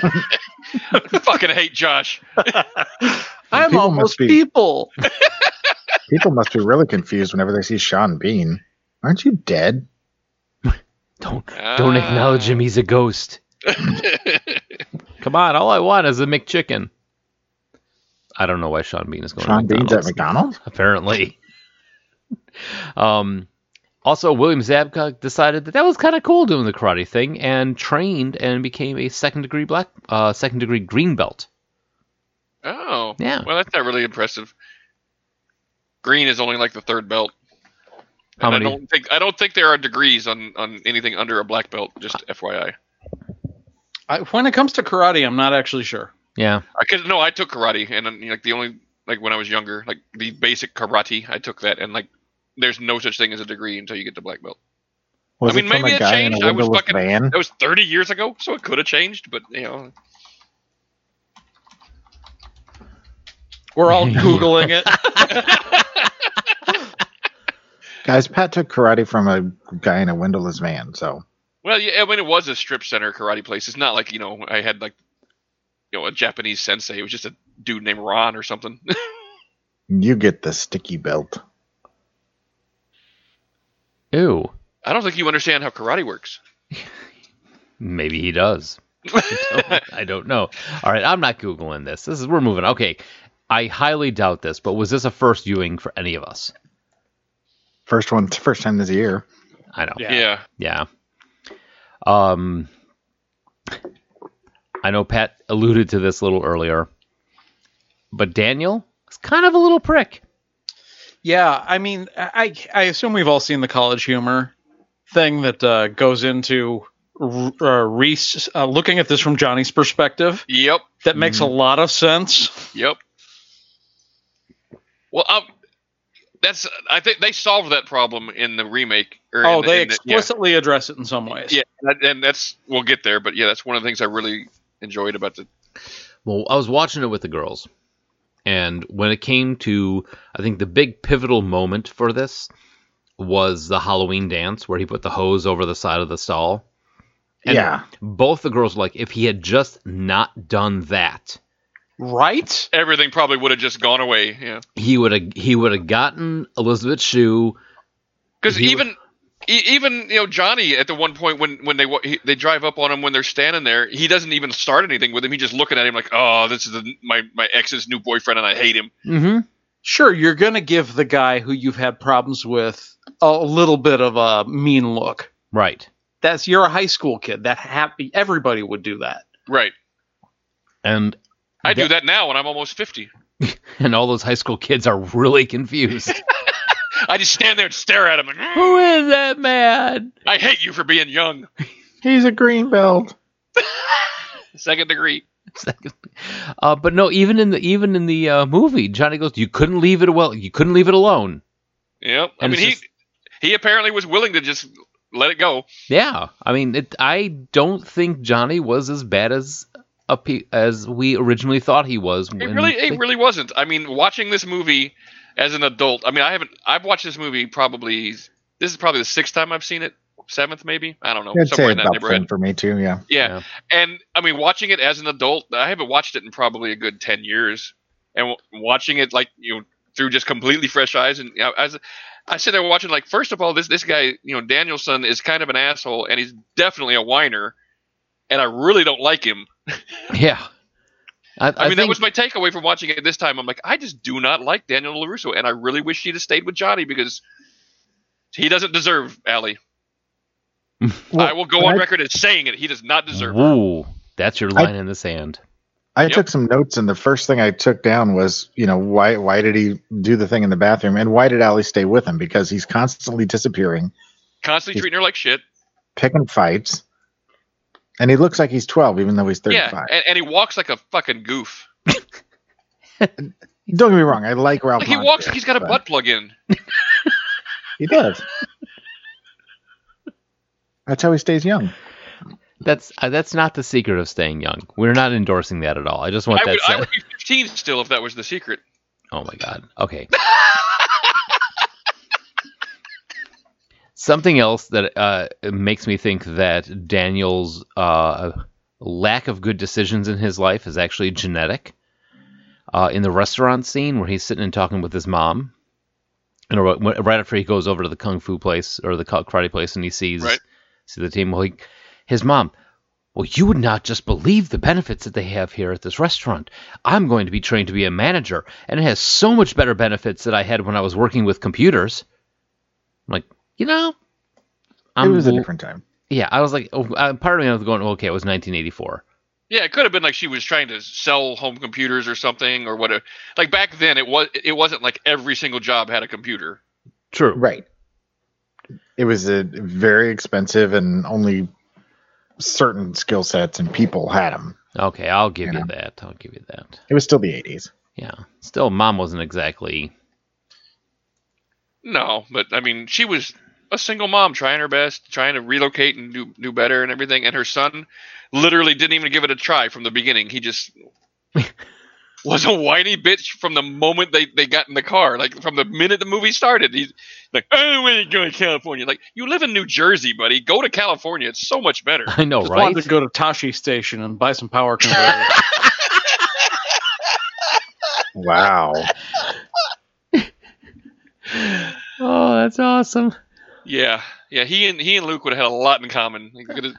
S3: fucking hate Josh.
S5: I'm
S4: People
S5: almost
S4: must be-
S5: people.
S4: People must be really confused whenever they see Sean Bean. Aren't you dead?
S2: Don't don't acknowledge him. He's a ghost. Come on, all I want is a McChicken. I don't know why Sean Bean is going. to
S4: Sean Bean's at
S2: McDonald's.
S4: McDonald's.
S2: apparently. um, also, William Zabka decided that that was kind of cool doing the karate thing, and trained and became a second degree black, uh, second degree green belt.
S3: Oh.
S2: Yeah.
S3: Well, that's not really impressive. Green is only like the third belt.
S2: How
S3: And
S2: many?
S3: I don't
S2: Uh.
S3: think I don't think there are degrees on, on anything under a black belt. Just FYI.
S5: I, when it comes to karate, I'm not actually sure.
S2: Yeah.
S3: I could no, I took karate, and then, like the only like when I was younger, like the basic karate, I took that, and like there's no such thing as a degree until you get to black belt.
S4: Was
S3: I mean,
S4: it from
S3: maybe
S4: a
S3: it
S4: guy in
S3: changed.
S4: a
S3: I was
S4: windowless
S3: fucking-
S4: van?
S3: That was 30 years ago, so it could have changed, but you know,
S5: We're all googling it.
S4: Guys, Pat took karate from a guy in a windowless van. So
S3: well, yeah, I mean, it was a strip center karate place. It's not like you know, I had like you know a Japanese sensei. It was just a dude named Ron or something.
S4: you get the sticky belt.
S2: Ew.
S3: I don't think you understand how karate works.
S2: Maybe he does. I don't- I don't know. All right, I'm not googling this. This is we're moving. Okay, I highly doubt this. But was this a first viewing for any of us?
S4: First one, first time this year.
S2: I know.
S5: Yeah.
S3: Yeah,
S2: Yeah. Um, I know Pat alluded to this a little earlier, but Daniel is kind of a little prick.
S5: Yeah, I mean, I I assume we've all seen the college humor thing that uh, goes into r- uh, Reese uh, looking at this from Johnny's perspective.
S3: yep,
S5: That makes a lot of sense.
S3: yep. Well, i that's I think they solved that problem in the remake. Or
S5: Oh,
S3: in the-
S5: they
S3: in the- yeah.
S5: explicitly address it in some ways.
S3: Yeah, and- and that's we'll get there, but yeah, that's one of the things I really enjoyed about the.
S2: Well, I was watching it with the girls, and when it came to, I think the big pivotal moment for this was the Halloween dance where he put the hose over the side of the stall. And
S4: yeah.
S2: Both the girls were like, if he had just not done that,
S5: Right?
S3: Everything probably would have just gone away. Yeah,
S2: he would have he would have gotten Elizabeth's shoe.
S3: because
S2: He
S3: even e- even you know Johnny at the one point when when they wa- he, they drive up on him when they're standing there, he doesn't even start anything with him. He's just looking at him like, oh, this is the, my my ex's new boyfriend, and I hate him.
S2: Mm-hmm.
S5: Sure, you're going to give the guy who you've had problems with a little bit of a mean look.
S2: Right.
S5: That's you're a high school kid. That happy everybody would do that.
S3: Right.
S2: And
S3: I do
S2: That-
S3: that now when I'm almost fifty.
S2: and all those high school kids are really confused.
S3: I just stand there and stare at him. Like, "Mm,
S2: Who is that man?
S3: I hate you for being young.
S4: He's a green belt.
S3: Oh, Second degree.
S2: Uh, but no, even in the even in the uh, movie, Johnny goes, "You couldn't leave it well. You couldn't leave it alone."
S3: Yep. I
S2: And
S3: mean,
S2: it's
S3: he
S2: just-
S3: he apparently was willing to just let it go.
S2: Yeah, I mean, it, I don't think Johnny was as bad as a pe- as we originally thought he was.
S3: It
S2: when
S3: really,
S2: they-
S3: it really wasn't. I mean, watching this movie as an adult. I mean, I haven't. I've watched this movie probably. This is probably the sixth time I've seen it. Seventh, maybe. I don't know.
S4: I'd
S3: somewhere
S4: say
S3: in that
S4: about
S3: neighborhood.
S4: for me too. Yeah.
S3: Yeah. And I mean, watching it as an adult, I haven't watched it in probably a good ten years. And w- watching it like you know, through just completely fresh eyes, and you know, as I sit there watching, like, first of all, this this guy, you know, Danielson is kind of an asshole, and he's definitely a whiner, and I really don't like him.
S2: yeah. I,
S3: I, mean, that
S2: think-
S3: was my takeaway from watching it this time. I'm like, I just do not like Daniel LaRusso, and I really wish he'd have stayed with Johnny because he doesn't deserve Allie. I will go
S4: Well,
S3: on
S4: I-
S3: record as saying it. He does not deserve her.
S2: Ooh, that's your
S4: I-
S2: line in the sand.
S4: I
S3: Yep.
S4: took some notes, and the first thing I took down was, you know, why why did he do the thing in the bathroom, and why did Allie stay with him? Because he's constantly disappearing,
S3: Constantly treating her like shit.
S4: picking fights, and he looks like he's twelve, even though he's thirty-five.
S3: Yeah, and, and he walks like a fucking goof.
S4: Don't get me wrong, I like Ralph.
S3: Like he
S4: Macchio,
S3: walks like he's got a
S4: but
S3: butt plug in.
S4: He does. That's how he stays young.
S2: That's uh, that's not the secret of staying young. We're not endorsing that at all. I just want
S3: I
S2: that
S3: would, I
S2: said.
S3: would be 15 still if that was the secret.
S2: Oh my god. Okay. Something else that uh, makes me think that Daniel's uh, lack of good decisions in his life is actually genetic. Uh, in the restaurant scene where he's sitting and talking with his mom, and right- right after he goes over to the kung fu place or the karate place, and he sees
S3: Right.
S2: see the team, well, he, his mom, well, you would not just believe the benefits that they have here at this restaurant. I'm going to be trained to be a manager, and it has so much better benefits that I had when I was working with computers. I'm like, you know, I'm,
S4: it was a different time.
S2: yeah. I was like, oh, uh, part of me was going, okay, it was 1984.
S3: Yeah, it could have been like she was trying to sell home computers or something or whatever. Like back then, it was it wasn't like every single job had a computer.
S2: True.
S4: Right. It was a very expensive and only certain skill sets and people had them.
S2: Okay, I'll give
S4: Yeah.
S2: you that. I'll give you that.
S4: It was still the 80s.
S2: Yeah. Still, mom wasn't exactly.
S3: No, but I mean, she was a single mom trying her best, trying to relocate and do do better and everything. And her son literally didn't even give it a try from the beginning. He just was a whiny bitch from the moment they, they got in the car. Like from the minute the movie started, he's like, "Oh, "I don't want to go to California." Like you live in New Jersey, buddy. Go to California. It's so much better.
S2: I know,
S5: Just
S2: Oh, right?
S5: wanted to go to Tashi Station and buy some power converters.
S4: Wow.
S2: Oh, that's awesome.
S3: Yeah, yeah. He and he and Luke would have had a lot in common. They could have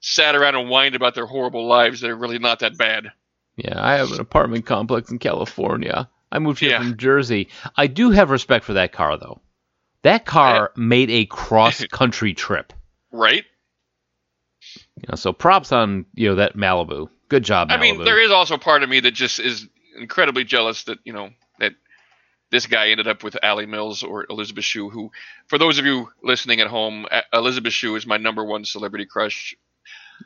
S3: sat around and whined about their horrible lives. They're really not that bad.
S2: Yeah, I have an apartment complex in California. I moved here
S3: Yeah.
S2: from Jersey. I do have respect for that car, though. That
S3: Eh.
S2: car made a cross country trip.
S3: Right?
S2: You know, so props on you know that Malibu. Good job, Malibu.
S3: I mean, there is also part of me that just is incredibly jealous that you know that this guy ended up with Allie Mills or Elizabeth Shue. Who, for those of you listening at home, A- Elizabeth Shue is my number one celebrity crush.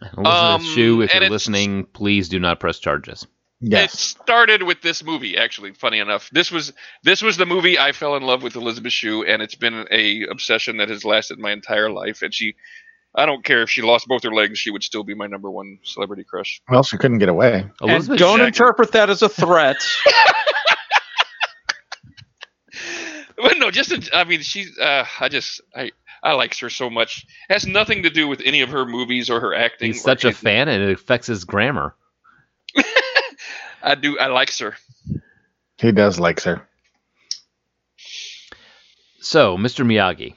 S2: Elizabeth
S3: um,
S2: Shue, if
S3: and
S2: you're
S3: it's-
S2: listening, please do not press charges.
S3: It
S4: Yes.
S3: started with this movie, actually. Funny enough, this was this was the movie I fell in love with Elizabeth Shue, and it's been a obsession that has lasted my entire life. And she, I don't care if she lost both her legs, she would still be my number one celebrity crush.
S4: Well, she couldn't get away.
S5: and
S2: Elizabeth
S5: don't
S3: Shue.
S5: interpret that as a threat.
S3: But no, just in, I mean, she's. Uh, I just I I likes her so much. It has nothing to do with any of her movies or her acting.
S2: He's
S3: or
S2: such a
S3: anything.
S2: fan, and it affects his grammar.
S3: I do. I likes her.
S4: He does likes her.
S2: So, Mr. Miyagi.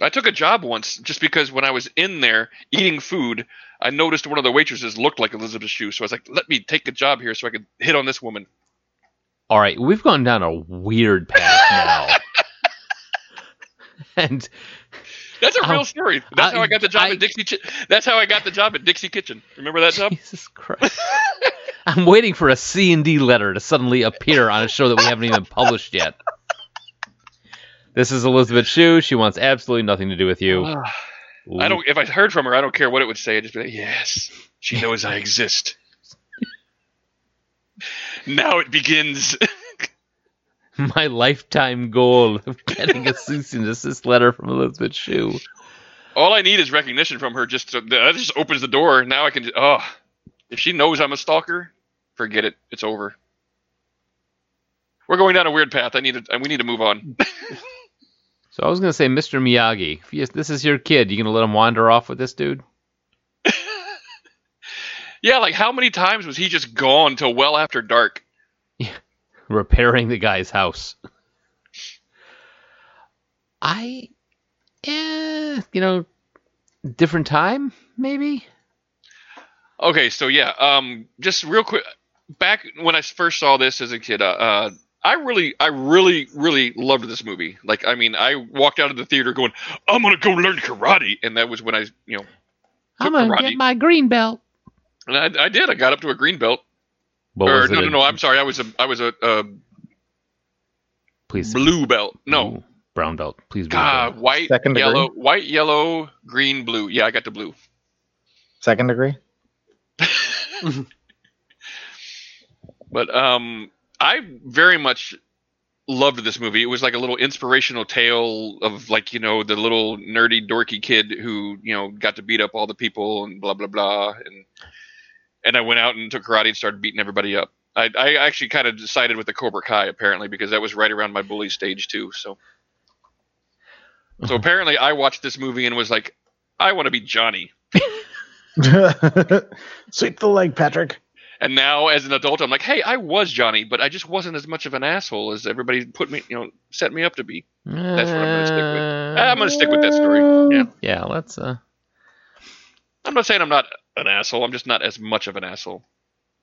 S3: I took a job once just because when I was in there eating food, I noticed one of the waitresses looked like Elizabeth Shue. So I was like, let me take a job here so I could hit on this woman.
S2: All right, we've gone down a weird path now. and
S3: That's a
S2: Oh.
S3: real story. That's
S2: I-
S3: how I got the job
S2: I-
S3: at Dixie. Chi- that's how I got the job at Dixie Kitchen. Remember that job?
S2: Jesus Christ. I'm waiting for a C and D letter to suddenly appear on a show that we haven't even published yet. This is Elizabeth Shue. She wants absolutely nothing to do with you.
S3: I don't. If I heard from her, I don't care what it would say. I'd just be like, yes, she knows I exist. now it begins.
S2: My lifetime goal of getting a cease and desist letter from Elizabeth Shue.
S3: All I need is recognition from her. Just to, that just opens the door. Now I can. ju- Oh, if she knows I'm a stalker, forget it. It's over. We're going down a weird path. I need to. We need to move on.
S2: So I was going to say, Mr. Miyagi, if yes, this is your kid, you going to let him wander off with this dude?
S3: yeah, like how many times was he just gone till well after dark?
S2: repairing the guy's house. I, eh, you know, different time maybe.
S3: Okay, so yeah, um, just real quick, back when I first saw this as a kid, uh, uh, I really, I really, really loved this movie. Like, I mean, I walked out of the theater going, "I'm gonna go learn karate," and that was when I, you know,
S2: I'm gonna
S3: Karate.
S2: get my green belt.
S3: and I, I did. I got up to a green belt.
S2: What
S3: or
S2: was it
S3: no, no,
S2: in-
S3: no. I'm sorry. I was a, I was a, uh
S2: please
S3: blue belt. No, Ah,
S2: Ooh, brown belt. Please blue
S3: God,
S2: belt.
S3: white,
S4: Second degree?
S3: yellow, white, yellow, green, blue. Yeah, I got the blue.
S4: Second degree?
S3: But um, I very much loved this movie. It was like a little inspirational tale of like you know the little nerdy dorky kid who you know got to beat up all the people and blah blah blah and and I went out and took karate and started beating everybody up. I, I actually kind of decided with the Cobra Kai apparently because that was right around my bully stage too. So so apparently I watched this movie and was like, I want to be Johnny.
S4: Sweep the leg, Patrick.
S3: And now, as an adult, I'm like, hey, I was Johnny, but I just wasn't as much of an asshole as everybody put me, you know, set me up to be. That's what I'm gonna stick with. I'm gonna stick with that story. Yeah,
S2: Uh, Yeah, let's. Uh,
S3: I'm not saying I'm not an asshole. I'm just not as much of an asshole.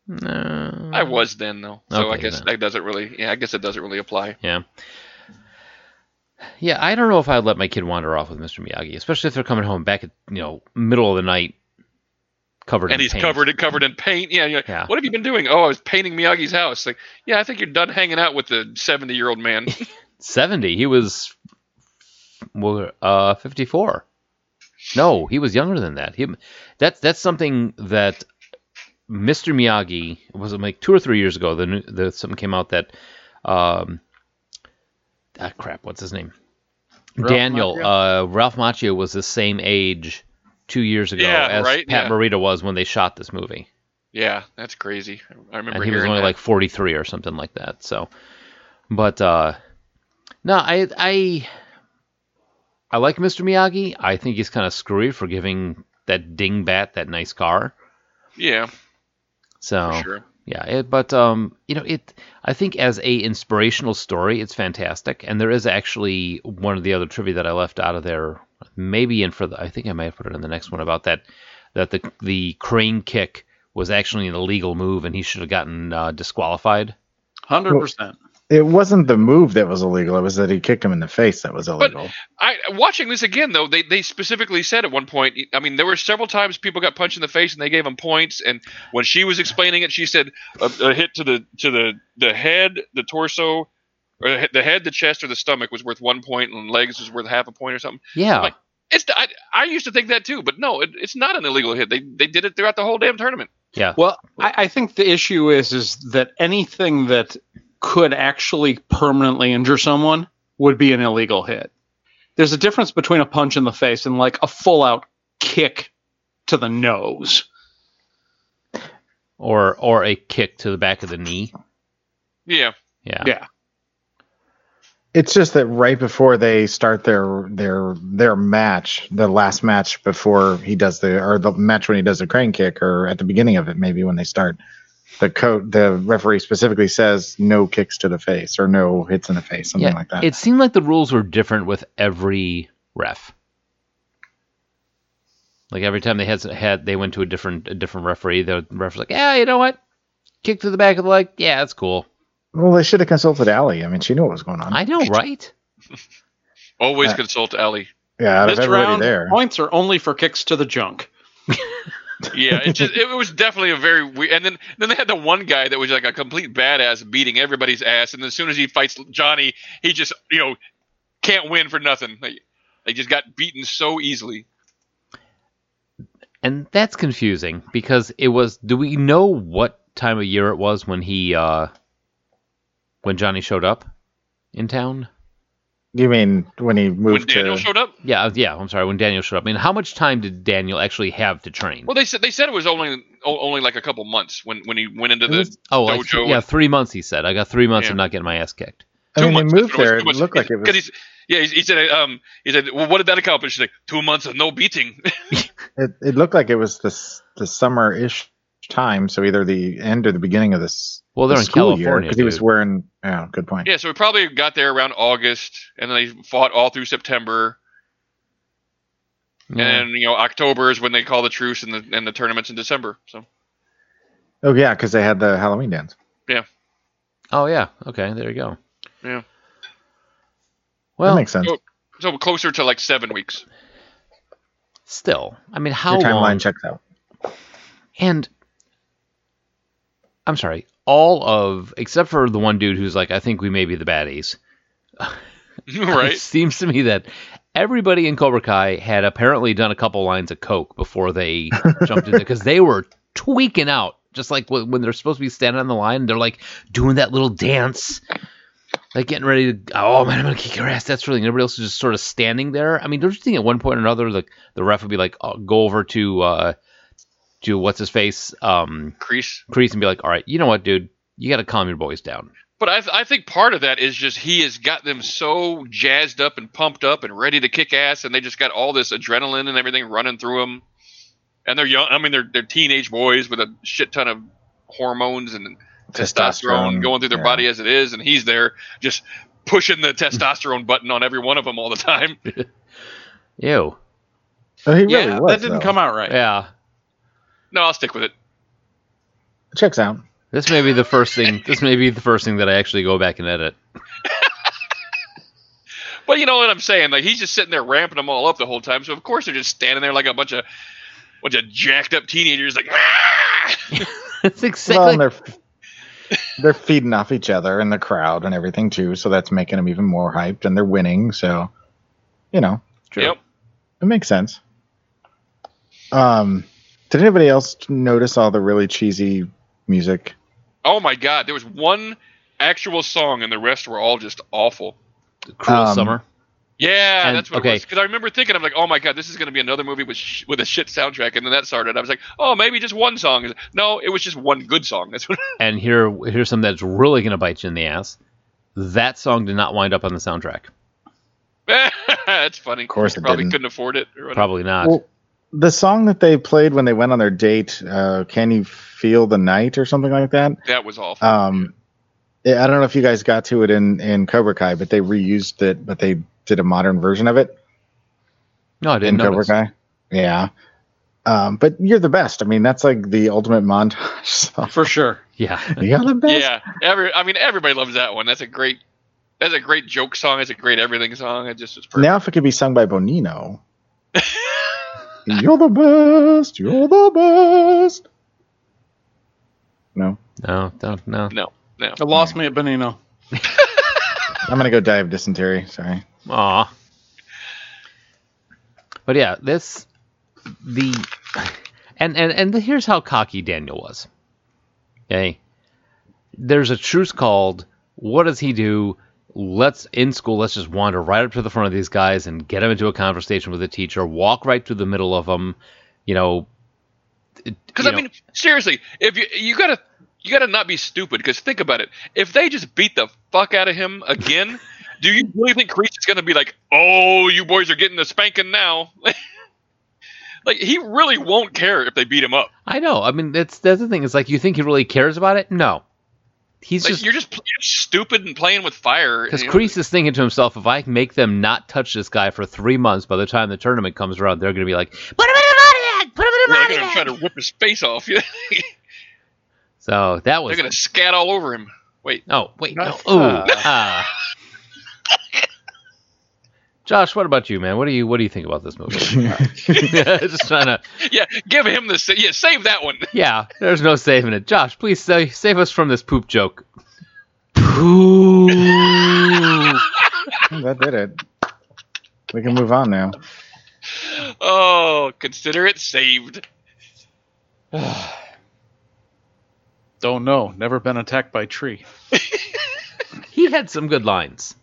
S2: no.
S3: I was then, though. So I
S2: Mm-hmm. Okay,
S3: guess
S2: then.
S3: that doesn't really. Yeah, I guess it doesn't really apply.
S2: Yeah. Yeah, I don't know if I'd let my kid wander off with Mr. Miyagi, especially if they're coming home back at you know middle of the night, covered in
S3: And he's
S2: paint.
S3: covered and covered in paint. Yeah, you're like,
S2: Yeah.
S3: What have you been doing? Oh, I was painting Miyagi's house. Like, yeah, I think you're done hanging out with the 70 year old man.
S2: 70. He was well, uh, 54. No, he was younger than that. Him, that's that's something that Mr. Miyagi it was like two or three years ago. The, new, the something came out that, um, ah, crap, what's his name?
S5: Ralph
S2: Daniel
S5: Macchio?
S2: Uh, Ralph Macchio was the same age two years ago
S3: Yeah,
S2: as
S3: right,
S2: Pat
S3: yeah.
S2: Morita was when they shot this movie,
S3: Yeah, that's crazy. I remember
S2: and he was
S3: hearing
S2: only
S3: that.
S2: like 43 or something like that. So, but uh, no, I I I like Mr. Miyagi. I think he's kind of screwy for giving that dingbat that nice car.
S3: yeah,
S2: So
S3: for sure.
S2: Yeah, it, but um, you know, it. I think as a inspirational story, it's fantastic, and there is actually one of the other trivia that I left out of there, maybe in for the. I think I may have put it in the next one about that, that the the crane kick was actually an illegal move, and he should have gotten uh, disqualified.
S5: Hundred percent.
S4: It wasn't the move that was illegal. It was that he kicked him in the face that was illegal.
S3: I watching this again though. They they specifically said at one point. I mean, there were several times people got punched in the face and they gave them points. And when she was explaining it, she said a, a hit to the to the the head, the torso, or the he- the head, the chest, or the stomach was worth one point, and legs was worth half a point or something.
S2: Yeah,
S3: Like- It's I, I used to think that too, but no, it, it's not an illegal hit. They they did it throughout the whole damn tournament.
S2: yeah,
S5: Well, I, I think the issue is is that anything that could actually permanently injure someone would be an illegal hit. There's a difference between a punch in the face and like a full out kick to the nose.
S2: or or a kick to the back of the knee.
S3: Yeah,
S2: Yeah,
S5: Yeah.
S4: It's just that right before they start their their their match, the last match before he does the or the match when he does the crane kick, or at the beginning of it, maybe when they start, the coat the referee specifically says no kicks to the face or no hits in the face, something like that.
S2: It seemed like the rules were different with every ref. Like every time they had had they went to a different a different referee, the ref was like, "Yeah, you know what? Kick to the back of the leg. Yeah, that's cool.
S4: well, they should have consulted Allie. I mean, she knew what was going on.
S2: I know, right?
S3: always
S4: Uh,
S3: consult Ellie.
S4: yeah, out of
S5: this
S4: everybody
S5: round,
S4: there,
S5: points are only for kicks to the junk.
S3: Yeah, it just it was definitely a very weird. And then then they had the one guy that was like a complete badass beating everybody's ass, and as soon as he fights Johnny, he just you know can't win for nothing. Like, they just got beaten so easily.
S2: And that's confusing because it was. Do we know what time of year it was when he uh, when Johnny showed up in town?
S4: you mean when he
S3: When
S4: moved
S3: Daniel
S4: to?
S3: showed up,
S2: Yeah, yeah. I'm sorry. When Daniel showed up, I mean, how much time did Daniel actually have to train?
S3: well, they said they said it was only o- only like a couple months when when he went into
S4: It
S3: the.
S4: was-
S2: oh, like,
S3: Dojo.
S2: yeah, three months. He said, "I got three months of
S3: Yeah.
S2: not getting my ass kicked."
S4: I
S3: two
S4: mean,
S3: months
S4: they moved
S3: It was
S4: there.
S3: too
S4: It
S3: much.
S4: looked like it was.
S3: 'Cause he's- yeah, he, he said um he said well what did that accomplish? He's like two months of no beating.
S4: It, it looked like it was this the summer ish time, so either the end or the beginning of this.
S2: Well, they're
S4: the
S2: in
S4: school year,
S2: California,
S4: he was
S2: dude.
S4: wearing. Yeah, good point.
S3: yeah, so he probably got there around August, and then they fought all through September.
S2: Yeah.
S3: And you know, October is when they call the truce and the and the tournaments in December. So
S4: Oh yeah, because they had the Halloween dance.
S2: Oh yeah. Okay. There you go.
S3: Yeah.
S2: Well,
S4: that makes sense.
S3: Oh, so closer to like seven weeks.
S2: still, I mean, how
S4: Your timeline
S2: long?
S4: checks out.
S2: And I'm sorry, all of except for the one dude who's like, I think we may be the baddies. It
S3: right?
S2: seems to me that everybody in Cobra Kai had apparently done a couple lines of coke before they jumped in there because they were tweaking out. Just like when when they're supposed to be standing on the line, they're like doing that little dance, like getting ready to. Oh man, I'm gonna kick your ass. That's really. And everybody else is just sort of standing there. I mean, don't you think at one point or another, like the ref would be like, oh, go over to uh, to what's his face, um,
S3: Crease.
S2: Crease, and be like, all right, you know what, dude, you got to calm your boys down.
S3: But I, th- I think part of that is just he has got them so jazzed up and pumped up and ready to kick ass, and they just got all this adrenaline and everything running through them. And they're young. I mean, they're they're teenage boys with a shit ton of hormones and testosterone, going through their
S4: yeah.
S3: body as it is, and he's there just pushing the testosterone button on every one of them all the time.
S2: Ew.
S4: Oh, he really
S5: yeah,
S4: was.
S5: that didn't come out right.
S2: Yeah.
S3: No, I'll stick with it.
S4: Checks out.
S2: This may be the first thing. This may be the first thing that I actually go back and edit.
S3: But you know what I'm saying? Like he's just sitting there ramping them all up the whole time. So of course they're just standing there like a bunch of bunch of jacked up teenagers, like. "Ah!"
S2: That's
S4: well,
S2: exactly.
S4: and they're they're feeding off each other and the crowd and everything too, so that's making them even more hyped. And they're winning, so you know
S2: True.
S3: Yep.
S4: it makes sense. Um, did anybody else notice all the really cheesy music?
S3: Oh my god, there was one actual song, and the rest were all just awful.
S2: Cruel
S4: Um,
S2: Summer.
S3: Yeah,
S2: And-
S3: that's what
S2: okay.
S3: it was. Because I remember thinking, I'm like, oh my god, this is going to be another movie with sh- with a shit soundtrack, and then that started. I was like, oh, maybe just one song. No, it was just one good song. That's what.
S2: And here, here's something that's really going to bite you in the ass. That song did not wind up on the soundtrack.
S3: that's funny. Of
S4: course it
S3: probably
S4: didn't.
S3: couldn't afford it. Or whatever.
S2: Probably not.
S4: Well, the song that they played when they went on their date, uh, "Can You Feel the Night" or something like that.
S3: That was awful.
S4: Um, I I don't know if you guys got to it in in Cobra Kai, but they reused it, but they did a modern version of it
S2: no, I
S4: in
S2: didn't notice.
S4: Cobra Kai. Yeah. Um, but you're the best. I mean, that's like the ultimate montage. song.
S5: for sure.
S2: Yeah.
S4: You're the best.
S3: yeah, every. I mean, everybody loves that one. That's a great. That's a great joke song. It's a great everything song. It just is perfect.
S4: Now, if it could be sung by Bonino, you're the best. You're the best. No,
S2: No, don't, no.
S3: no, no.
S5: It lost me at Benino.
S4: I'm gonna go die of dysentery. Sorry.
S2: Aw. But yeah, this the and and and here's how cocky Daniel was. Okay. There's a truce called. What does he do? Let's in school. Let's just wander right up to the front of these guys and get them into a conversation with the teacher. Walk right through the middle of them. You know.
S3: Because
S2: you
S3: I
S2: know,
S3: mean, seriously, if you you gotta you gotta not be stupid. Because think about it, if they just beat the fuck out of him again, do you really think Creech is gonna be like, "Oh, you boys are getting the spanking now"? like he really won't care if they beat him up.
S2: I know. I mean, that's that's the thing. It's like you think he really cares about it. No, he's
S3: Like
S2: just
S3: you're just pl- you're stupid and playing with fire.
S2: Because
S3: you know?
S2: Kreese is thinking to himself, if I can make them not touch this guy for three months, by the time the tournament comes around, they're going to be like, put him in a body bag! Put him in a
S3: Yeah,
S2: body
S3: they're gonna try
S2: bag!
S3: to rip his face off. they're
S2: So that was.
S3: gonna scat all over him. Wait,
S2: Oh, wait. No.
S4: Not-
S2: Ooh.
S4: uh.
S2: ah. Josh, what about you, man? What do you what do you think about this movie? Just trying to,
S3: yeah, give him the sa- yeah, save that one.
S2: yeah. There's no saving it. Josh, please save, save us from this poop joke.
S4: that did it. We can move on now.
S3: Oh, consider it saved.
S5: Don't know. Never been attacked by tree.
S2: He had some good lines.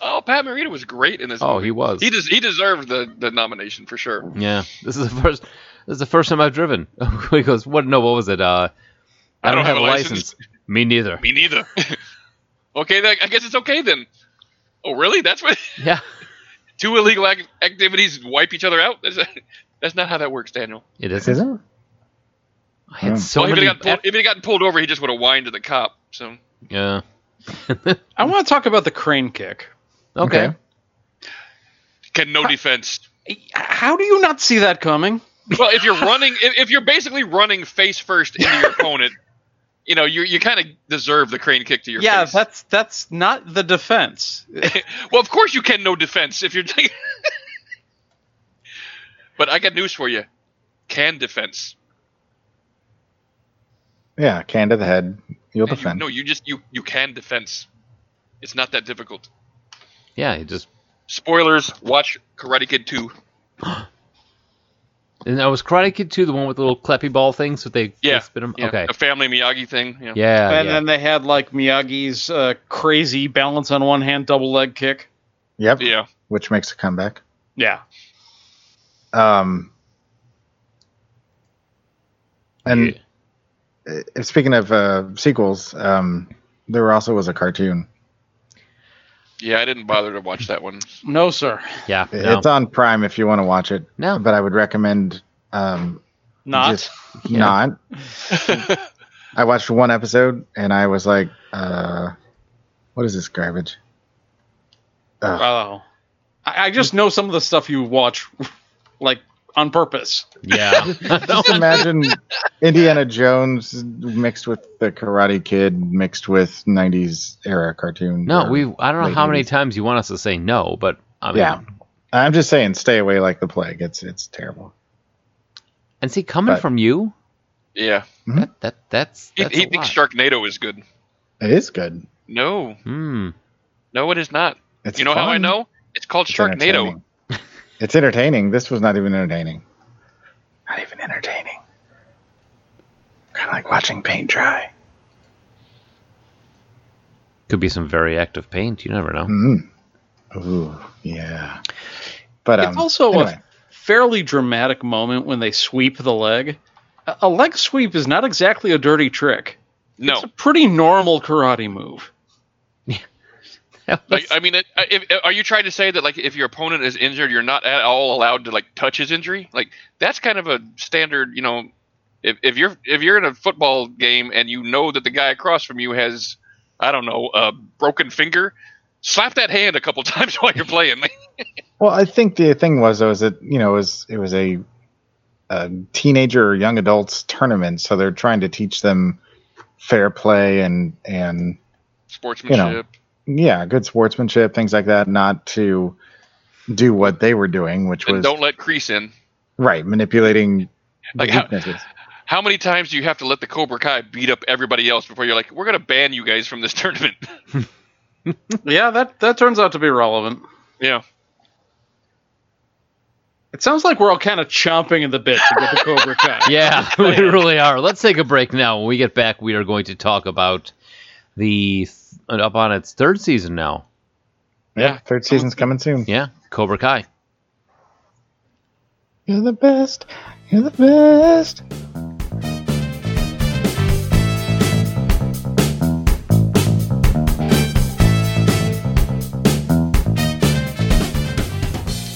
S3: Oh, Pat Morita was great in this.
S2: Oh,
S3: movie.
S2: he was.
S3: He des- he deserved the, the nomination for sure.
S2: Yeah, this is the first. This is the first time I've driven. he goes, "What? No, what was it? Uh, I, don't, have, a license. Me neither.
S3: Me neither. okay, then, I guess it's okay then. Oh, really? That's what
S2: Yeah,
S3: two illegal ac- activities wipe each other out? That's, that's not how that works, Daniel.
S2: it
S4: Is it?
S2: isn't. I had
S4: Hmm.
S2: so
S3: well, if,
S2: many.
S3: he got pulled, if he'd gotten pulled over, he just would have whined to the cop. So
S2: yeah.
S5: I want to talk about the crane kick.
S2: Okay.
S4: Okay.
S3: can no defense.
S5: How do you not see that coming?
S3: Well, if you're running, if, if you're basically running face first into your opponent, you know you you kind of deserve the crane kick to your
S5: yeah,
S3: face.
S5: that's that's not the defense.
S3: well, of course you can no defense if you're. but I got news for you. Can defense?
S4: Yeah, can to the head. You'll
S3: You-
S4: defend.
S3: no, you just you you can defense. It's not that difficult.
S2: Yeah, it just.
S3: Spoilers: Watch Karate Kid Two.
S2: And I was Karate Kid 2, the one with the little clappy ball things that they,
S3: Yeah,
S2: they spin them.
S3: yeah,
S2: Mm, Okay.
S3: a family Miyagi thing. Yeah.
S2: Yeah.
S5: and
S2: yeah.
S5: then they had like Miyagi's uh, crazy balance on one hand, double leg kick.
S4: Yep.
S3: Yeah.
S4: Which makes a comeback.
S5: Yeah,
S4: Um, and uh, speaking of uh, sequels, um, there also was a cartoon.
S3: Yeah, I didn't bother to watch that one.
S5: no sir,
S2: yeah.
S4: I-
S2: No.
S4: It's on Prime if you want to watch it.
S2: No.
S4: But I would recommend um,
S5: not.
S4: just not. I watched one episode and I was like, uh, what is this garbage?
S5: Oh, I, I just know some of the stuff you watch, like on purpose.
S2: yeah.
S4: Just imagine Indiana Jones mixed with the Karate Kid mixed with 90s era cartoon.
S2: No,
S4: or-
S2: we. I don't know
S4: Late
S2: how many
S4: 80s.
S2: times you want us to say no, but I mean,
S4: Yeah. I'm just saying, stay away like the plague. It's it's terrible.
S2: And see, coming
S4: But-
S2: from you,
S3: Yeah,
S2: that that that's
S3: he,
S2: that's
S3: he
S2: a lot.
S3: thinks Sharknado is good.
S4: It is good.
S3: No,
S2: Hmm.
S3: no, it is not.
S4: It's
S3: you know how I
S4: fun.
S3: know? It's called
S4: It's
S3: Sharknado.
S4: entertaining. it's entertaining. This was not even entertaining. not even entertaining. Kind of like watching paint dry.
S2: Could be some very active paint. You never know.
S4: Mm.
S2: Mm-hmm.
S4: Ooh, yeah. But um,
S5: it's also
S4: anyway,
S5: a fairly dramatic moment when they sweep the leg. A- A leg sweep is not exactly a dirty trick.
S3: No,
S5: It's a pretty normal karate move.
S4: Mm.
S3: I, I mean, it, I- if, uh, are you trying to say that like if your opponent is injured, you're not at all allowed to like touch his injury? Like that's kind of a standard, you know. If, if you're if you're in a football game and you know that the guy across from you has, I don't know, a broken finger, slap that hand a couple times while you're playing.
S4: well, I think the thing was though is that you know it was it was a, a teenager or young adults tournament, so they're trying to teach them fair play and and
S3: Sportsmanship.
S4: yeah, good sportsmanship, things like that, not to do what they were doing, which
S3: And
S4: was
S3: don't let crease in.
S4: right manipulating the
S3: Like how-
S4: weaknesses.
S3: How many times do you have to let the Cobra Kai beat up everybody else before you're like, we're gonna ban you guys from this tournament?
S5: Yeah, that, that turns out to be relevant.
S3: yeah.
S5: It sounds like we're all kind of chomping at the bit to get the Cobra Kai.
S2: Yeah, we really are. Let's take a break now. When we get back, we are going to talk about the th- up on its third season now.
S4: yeah, third season's coming soon.
S2: Yeah, Cobra Kai.
S4: You're the best. You're the best.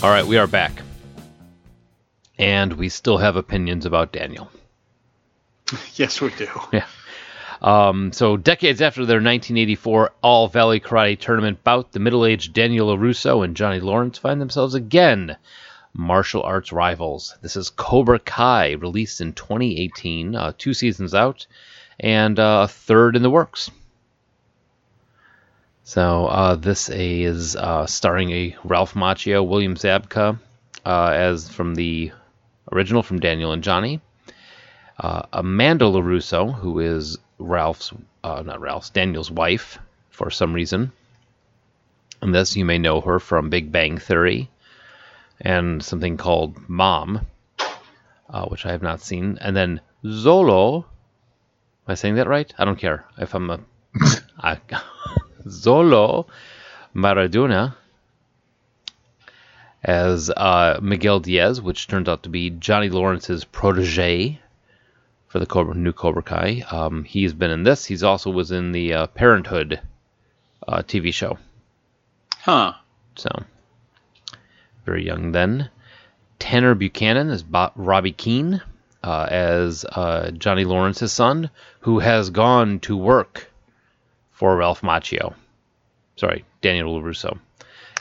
S2: All right, we are back, and we still have opinions about Daniel.
S5: Yes, we do.
S2: Um, so decades after their 1984 All Valley Karate Tournament bout, the middle-aged Daniel LaRusso and Johnny Lawrence find themselves again martial arts rivals. This is Cobra Kai, released in 2018, uh, two seasons out, and uh, a third in the works. So uh, this is uh, starring a Ralph Macchio, William Zabka, uh, as from the original from Daniel and Johnny. Amanda LaRusso, who is Ralph's, uh, not Ralph's, Daniel's wife for some reason. And this, you may know her from Big Bang Theory and something called Mom, uh, which I have not seen. And then Zolo. Am I saying that right? I don't care if I'm a. I, Zolo Maradona as uh, Miguel Diaz, which turns out to be Johnny Lawrence's protege for the Cobra, new Cobra Kai. Um, he's been in this. He's also was in the uh, Parenthood uh, TV show.
S5: Huh.
S2: So very young then. Tanner Buchanan is Bo- Robbie Keane uh, as uh, Johnny Lawrence's son, who has gone to work for Ralph Macchio. Sorry, Daniel LaRusso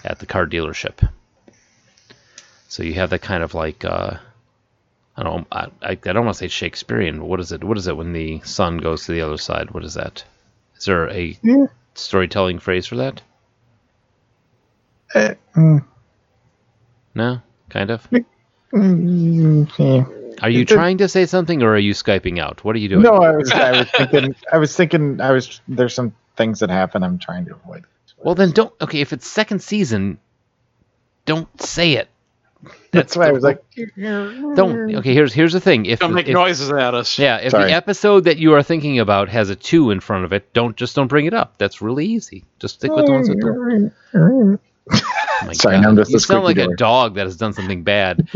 S2: at the car dealership. So you have that kind of like uh, I don't I, I I don't want to say Shakespearean. But what is it? What is it when the son goes to the other side? What is that? Is there a
S4: Yeah.
S2: storytelling phrase for that?
S4: Uh, mm,
S2: No, kind of.
S4: mm, yeah.
S2: Are you
S4: It did-
S2: trying to say something, or are you skyping out? What are you doing?
S4: No, I was, I was thinking. I was thinking. I was. There's some things that happen. I'm trying to avoid.
S2: Well, then don't. Okay, if it's second season, don't say it.
S4: That's why I was like,
S2: Don't. Okay, here's here's the thing. If,
S5: Don't make
S2: if-
S5: noises at us.
S2: yeah, if
S4: Mm. Sorry.
S2: the episode that you are thinking about has a two in front of it, don't just don't bring it up. That's really easy. Just stick with the
S4: Mm.
S2: ones with the. oh my
S4: Sorry,
S2: God.
S4: now I'm just
S2: you
S4: a
S2: sound like
S4: squeaky
S2: a
S4: door.
S2: dog that has done something bad.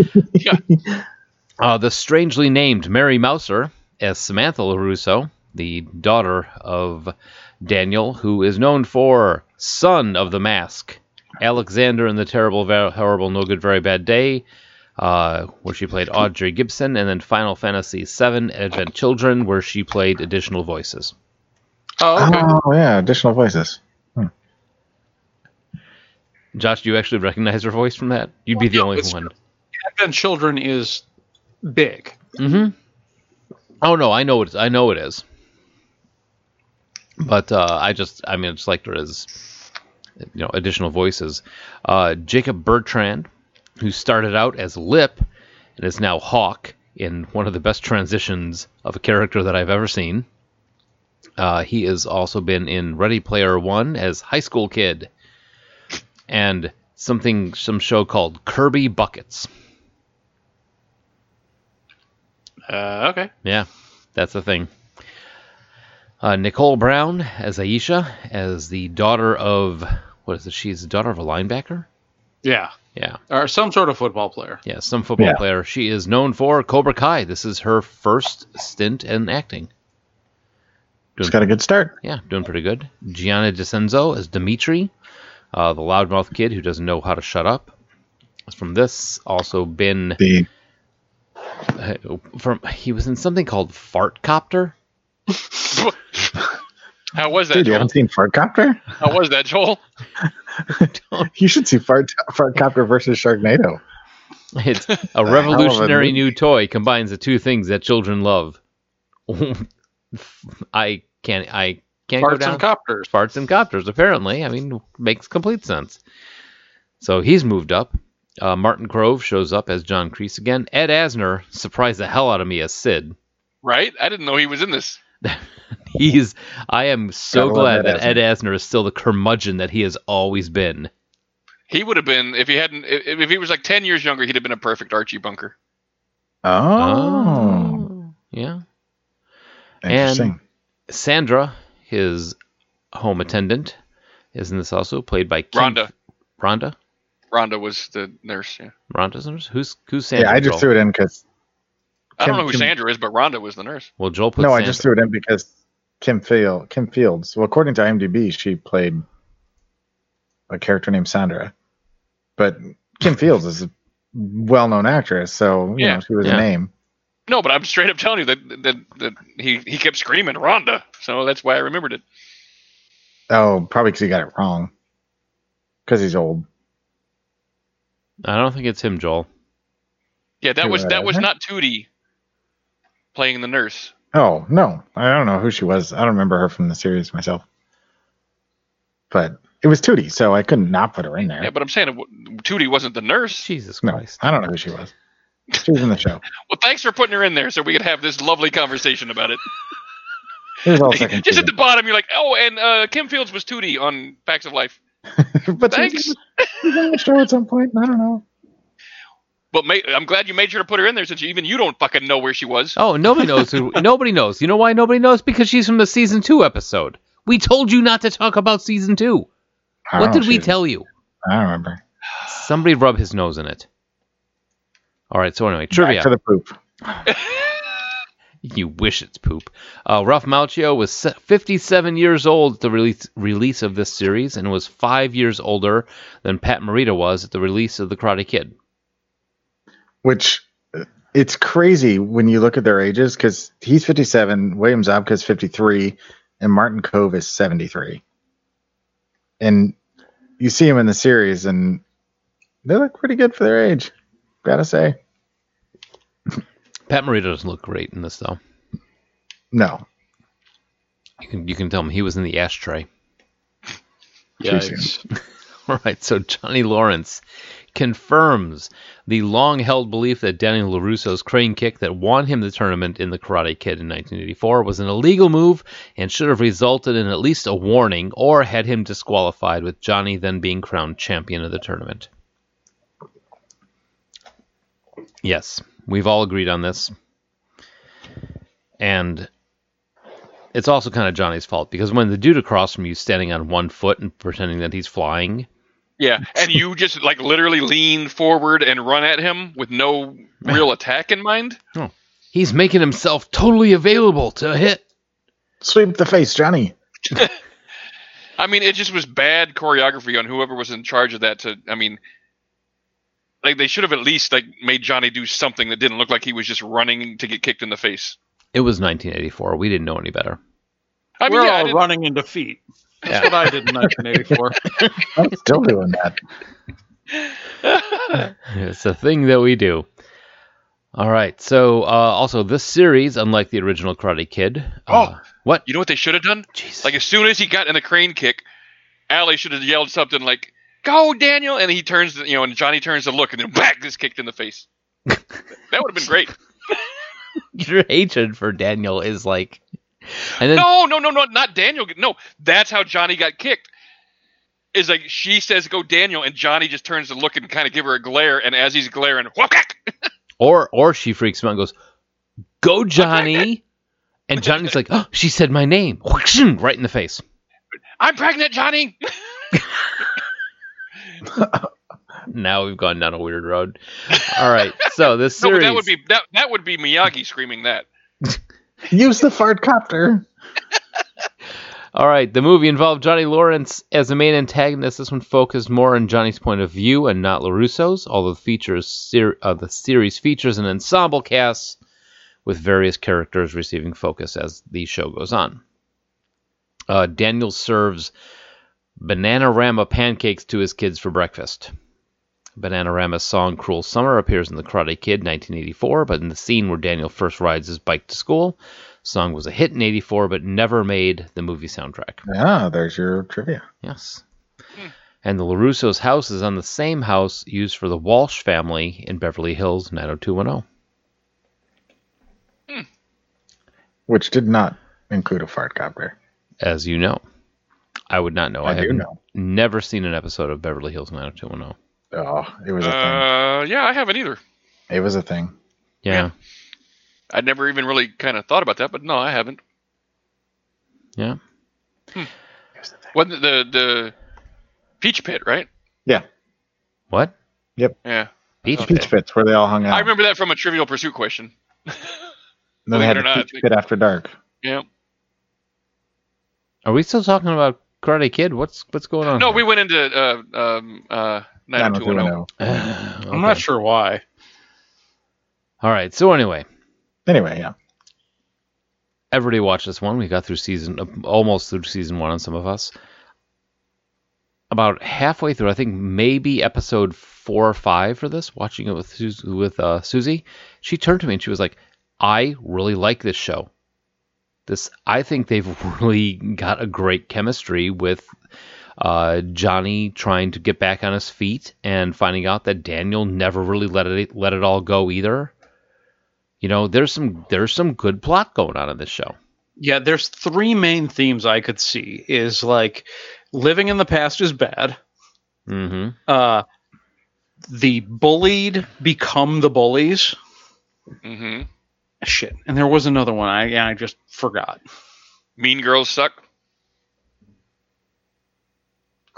S2: Uh, the strangely named Mary Mouser as Samantha LaRusso, the daughter of Daniel, who is known for Son of the Mask, Alexander in the Terrible, Ver- Horrible, No Good, Very Bad Day, uh, where she played Audrey Gibson, and then Final Fantasy VII Advent Children, where she played additional voices.
S5: Oh,
S2: Uh-huh.
S5: okay.
S4: Oh yeah, additional voices.
S2: Josh, do you actually recognize her voice from that? You'd be the
S5: Well, no,
S2: only
S5: it's-
S2: one.
S5: Advent Children is big.
S2: Mm-hmm. Oh no, I know it. I know it is. But uh, I just, I mean, I just liked her as, you know, additional voices. Uh, Jacob Bertrand, who started out as Lip and is now Hawk in one of the best transitions of a character that I've ever seen. Uh, he has also been in Ready Player One as High School Kid, and something, some show called Kirby Buckets.
S5: Uh, okay.
S2: Yeah, that's the thing. Uh, Nicole Brown as Aisha, as the daughter of what is it? She's the daughter of a linebacker.
S5: Yeah.
S2: Yeah,
S5: Or some sort of football player.
S2: yeah, some football
S4: Yeah.
S2: player. She is known for Cobra Kai. This is her first stint in acting.
S4: Just got a good start.
S2: Yeah, doing pretty good. Gianna DiCenzo as Dimitri, uh, the loudmouth kid who doesn't know how to shut up. From this, also been
S4: The
S2: from he was in something called Fart Copter.
S3: How was that,
S4: dude, you
S3: Joel?
S4: haven't seen Fartcopter?
S3: How was that, Joel?
S4: You should see Fart Fartcopter versus Sharknado.
S2: It's a revolutionary new toy combines the two things that children love. I can't. I can't go
S5: Parts
S2: down.
S5: and copters.
S2: farts and copters. Apparently, I mean, makes complete sense. So he's moved up. Uh, Martin Grove shows up as John Creese again. Ed Asner surprised the hell out of me as Sid.
S3: Right? I didn't know he was in this.
S2: He's. I am so
S4: Gotta love
S2: glad
S4: Ed
S2: that Ed Asner is still the curmudgeon that he has always been.
S3: He would have been if he hadn't. If, if he was like ten years younger, he'd have been a perfect Archie Bunker.
S4: Oh,
S2: yeah.
S4: interesting.
S2: Sandra, his home attendant, isn't this also played by Kim-
S3: Rhonda.
S2: Rhonda.
S3: Rhonda was the nurse. Yeah.
S2: Rhonda's nurse? Who's who's Sandra?
S4: yeah, I just
S2: Joel?
S4: threw it in because
S3: I don't
S4: Kim-
S3: know who
S4: Kim-
S3: Sandra is, but Rhonda was the nurse.
S2: Well, Joel put
S4: no, I
S2: Sandra-
S4: just threw it in because Kim Field, Kim Fields. Well, according to IMDb, she played a character named Sandra, but Kim Fields is a well-known actress, so you
S3: Yeah.
S4: know she was
S2: Yeah.
S4: a name.
S3: No, but I'm straight up telling you that that, that he, he kept screaming Rhonda, so that's why I remembered it.
S4: Oh, probably because he got it wrong. Because he's old.
S2: I don't think it's him, Joel.
S3: Yeah, that
S4: Who,
S3: was that
S4: uh,
S3: was
S4: her?
S3: not Tootie playing the nurse.
S4: Oh no, I don't know who she was. I don't remember her from the series myself. But it was Tootie, so I couldn't not put her in there.
S3: Yeah, but I'm saying it w- Tootie wasn't the nurse.
S2: Jesus
S4: no,
S2: Christ.
S4: I don't know who she was. She was in the show.
S3: Well, thanks for putting her in there so we could have this lovely conversation about it.
S4: It was all second
S3: Just at the
S4: season.
S3: bottom, you're like, oh, and uh, Kim Fields was Tootie on Facts of Life.
S4: but she was-
S3: Thanks.
S4: she was in the show at some point. I don't know.
S3: But ma- I'm glad you made sure to put her in there since you, even you don't fucking know where she was.
S2: Oh, nobody knows who. nobody knows. You know why nobody knows? Because she's from the season two episode. We told you not to talk about season two.
S4: I
S2: what
S4: don't know
S2: did
S4: if
S2: we
S4: she's-
S2: tell you?
S4: I don't remember.
S2: Somebody rub his nose in it. All right. So anyway,
S4: Back
S2: trivia.
S4: to the poop.
S2: you wish it's poop. Uh, Ralph Macchio was se- 57 years old at the release release of this series, and was five years older than Pat Morita was at the release of The Karate Kid.
S4: Which uh, it's crazy when you look at their ages because he's 57, William Zabka's 53, and Martin Cove is 73. And you see him in the series, and they look pretty good for their age. Gotta say,
S2: Pat Morita doesn't look great in this though.
S4: no.
S2: You can you can tell him he was in the ashtray.
S5: Yikes.
S2: All right, so Johnny Lawrence confirms the long held belief that Danny LaRusso's crane kick that won him the tournament in The Karate Kid in 1984 was an illegal move and should have resulted in at least a warning or had him disqualified, with Johnny then being crowned champion of the tournament. Yes, we've all agreed on this. And it's also kind of Johnny's fault because when the dude across from you is standing on one foot and pretending that he's flying,
S3: Yeah, and you just like literally lean forward and run at him with no real attack in mind.
S2: He's making himself totally available to hit.
S4: Sweep the face, Johnny.
S3: I mean, it just was bad choreography on whoever was in charge of that. To I mean, like they should have at least like made Johnny do something that didn't look like he was just running to get kicked in the face.
S2: It was 1984. We didn't know any better.
S3: I mean,
S5: We're
S3: yeah, I
S5: all
S3: didn't-
S5: running in defeat. That's what I did in 1984.
S4: I'm still doing that.
S2: It's a thing that we do. All right. So, uh, also, this series, unlike the original Karate Kid. uh, What?
S3: you know what they should have done?
S2: Jesus.
S3: Oh! Like as soon as he got in the crane kick, Allie should have yelled something like "Go, Daniel!" and he turns, you know, and Johnny turns to look, and then back gets kicked in the face. that would have been great.
S2: Your hatred for Daniel is like. And then,
S3: No, no, no, no, not Daniel. No, that's how Johnny got kicked. Is like she says, "Go, Daniel," and Johnny just turns to look and kind of give her a glare, and as he's glaring, whack!
S2: or or she freaks him out and goes, Go, Johnny. And Johnny's like, oh, she said my name. Right in the face.
S3: I'm pregnant, Johnny.
S2: Now we've gone down a weird road. All right. So this
S3: No, but
S2: series.
S3: that would be that, that would be Miyagi screaming that.
S4: Use the fart copter.
S2: All right, the movie involved Johnny Lawrence as the main antagonist. This one focused more on Johnny's point of view and not LaRusso's, although the, features ser- uh, the series features an ensemble cast with various characters receiving focus as the show goes on. Uh, Daniel serves Bananarama pancakes to his kids for breakfast. Bananarama's song Cruel Summer appears in The Karate Kid 1984, but in the scene where Daniel first rides his bike to school, song was a hit in 84 but never made the movie soundtrack.
S4: Ah, there's your trivia.
S2: Yes. And the LaRusso's house is on the same house used for the Walsh family in Beverly Hills 90210.
S4: Which did not include a fart copter.
S2: As you know, I would not know. Oh,
S4: I
S2: I,
S4: do
S2: have n-
S4: know.
S2: never seen an episode of Beverly Hills 90210.
S4: Oh, it was a
S3: Uh, yeah, I haven't either.
S4: thing. It was a thing.
S2: Yeah.
S3: I never even really kind of thought about that, but no, I haven't.
S2: Yeah.
S4: It was a thing.
S3: Wasn't the the Peach Pit, right?
S4: Yeah.
S2: What?
S3: Yeah.
S2: Peach
S3: Okay.
S2: Pit?
S4: Peach Pits, where they all hung out.
S3: I remember that from a Trivial Pursuit question.
S4: And then
S3: believe
S4: they had
S3: it or not,
S4: a Peach
S3: they-
S4: Pit after dark.
S3: Yeah.
S2: Are we still talking about Karate Kid? What's what's going on?
S3: No, we
S2: here?
S3: went into uh, um, uh, 90210.
S4: 90210.
S5: I'm
S2: Okay.
S5: not sure why.
S2: All right. So anyway,
S4: Anyway, yeah.
S2: everybody watched this one. We got through season uh, almost through season one on some of us. About halfway through, I think maybe episode four or five for this, watching it with Sus- with uh, Susie, she turned to me and she was like, "I really like this show. This I think they've really got a great chemistry with uh, Johnny trying to get back on his feet and finding out that Daniel never really let it let it all go either. You know, there's some there's some good plot going on in this show.
S5: Yeah, there's three main themes I could see is like living in the past is bad.
S2: Mm-hmm.
S5: Uh, the bullied become the bullies.
S2: oh.
S3: Mm-hmm.
S5: Shit. And there was another one I yeah, I just forgot.
S3: Mean Girls suck.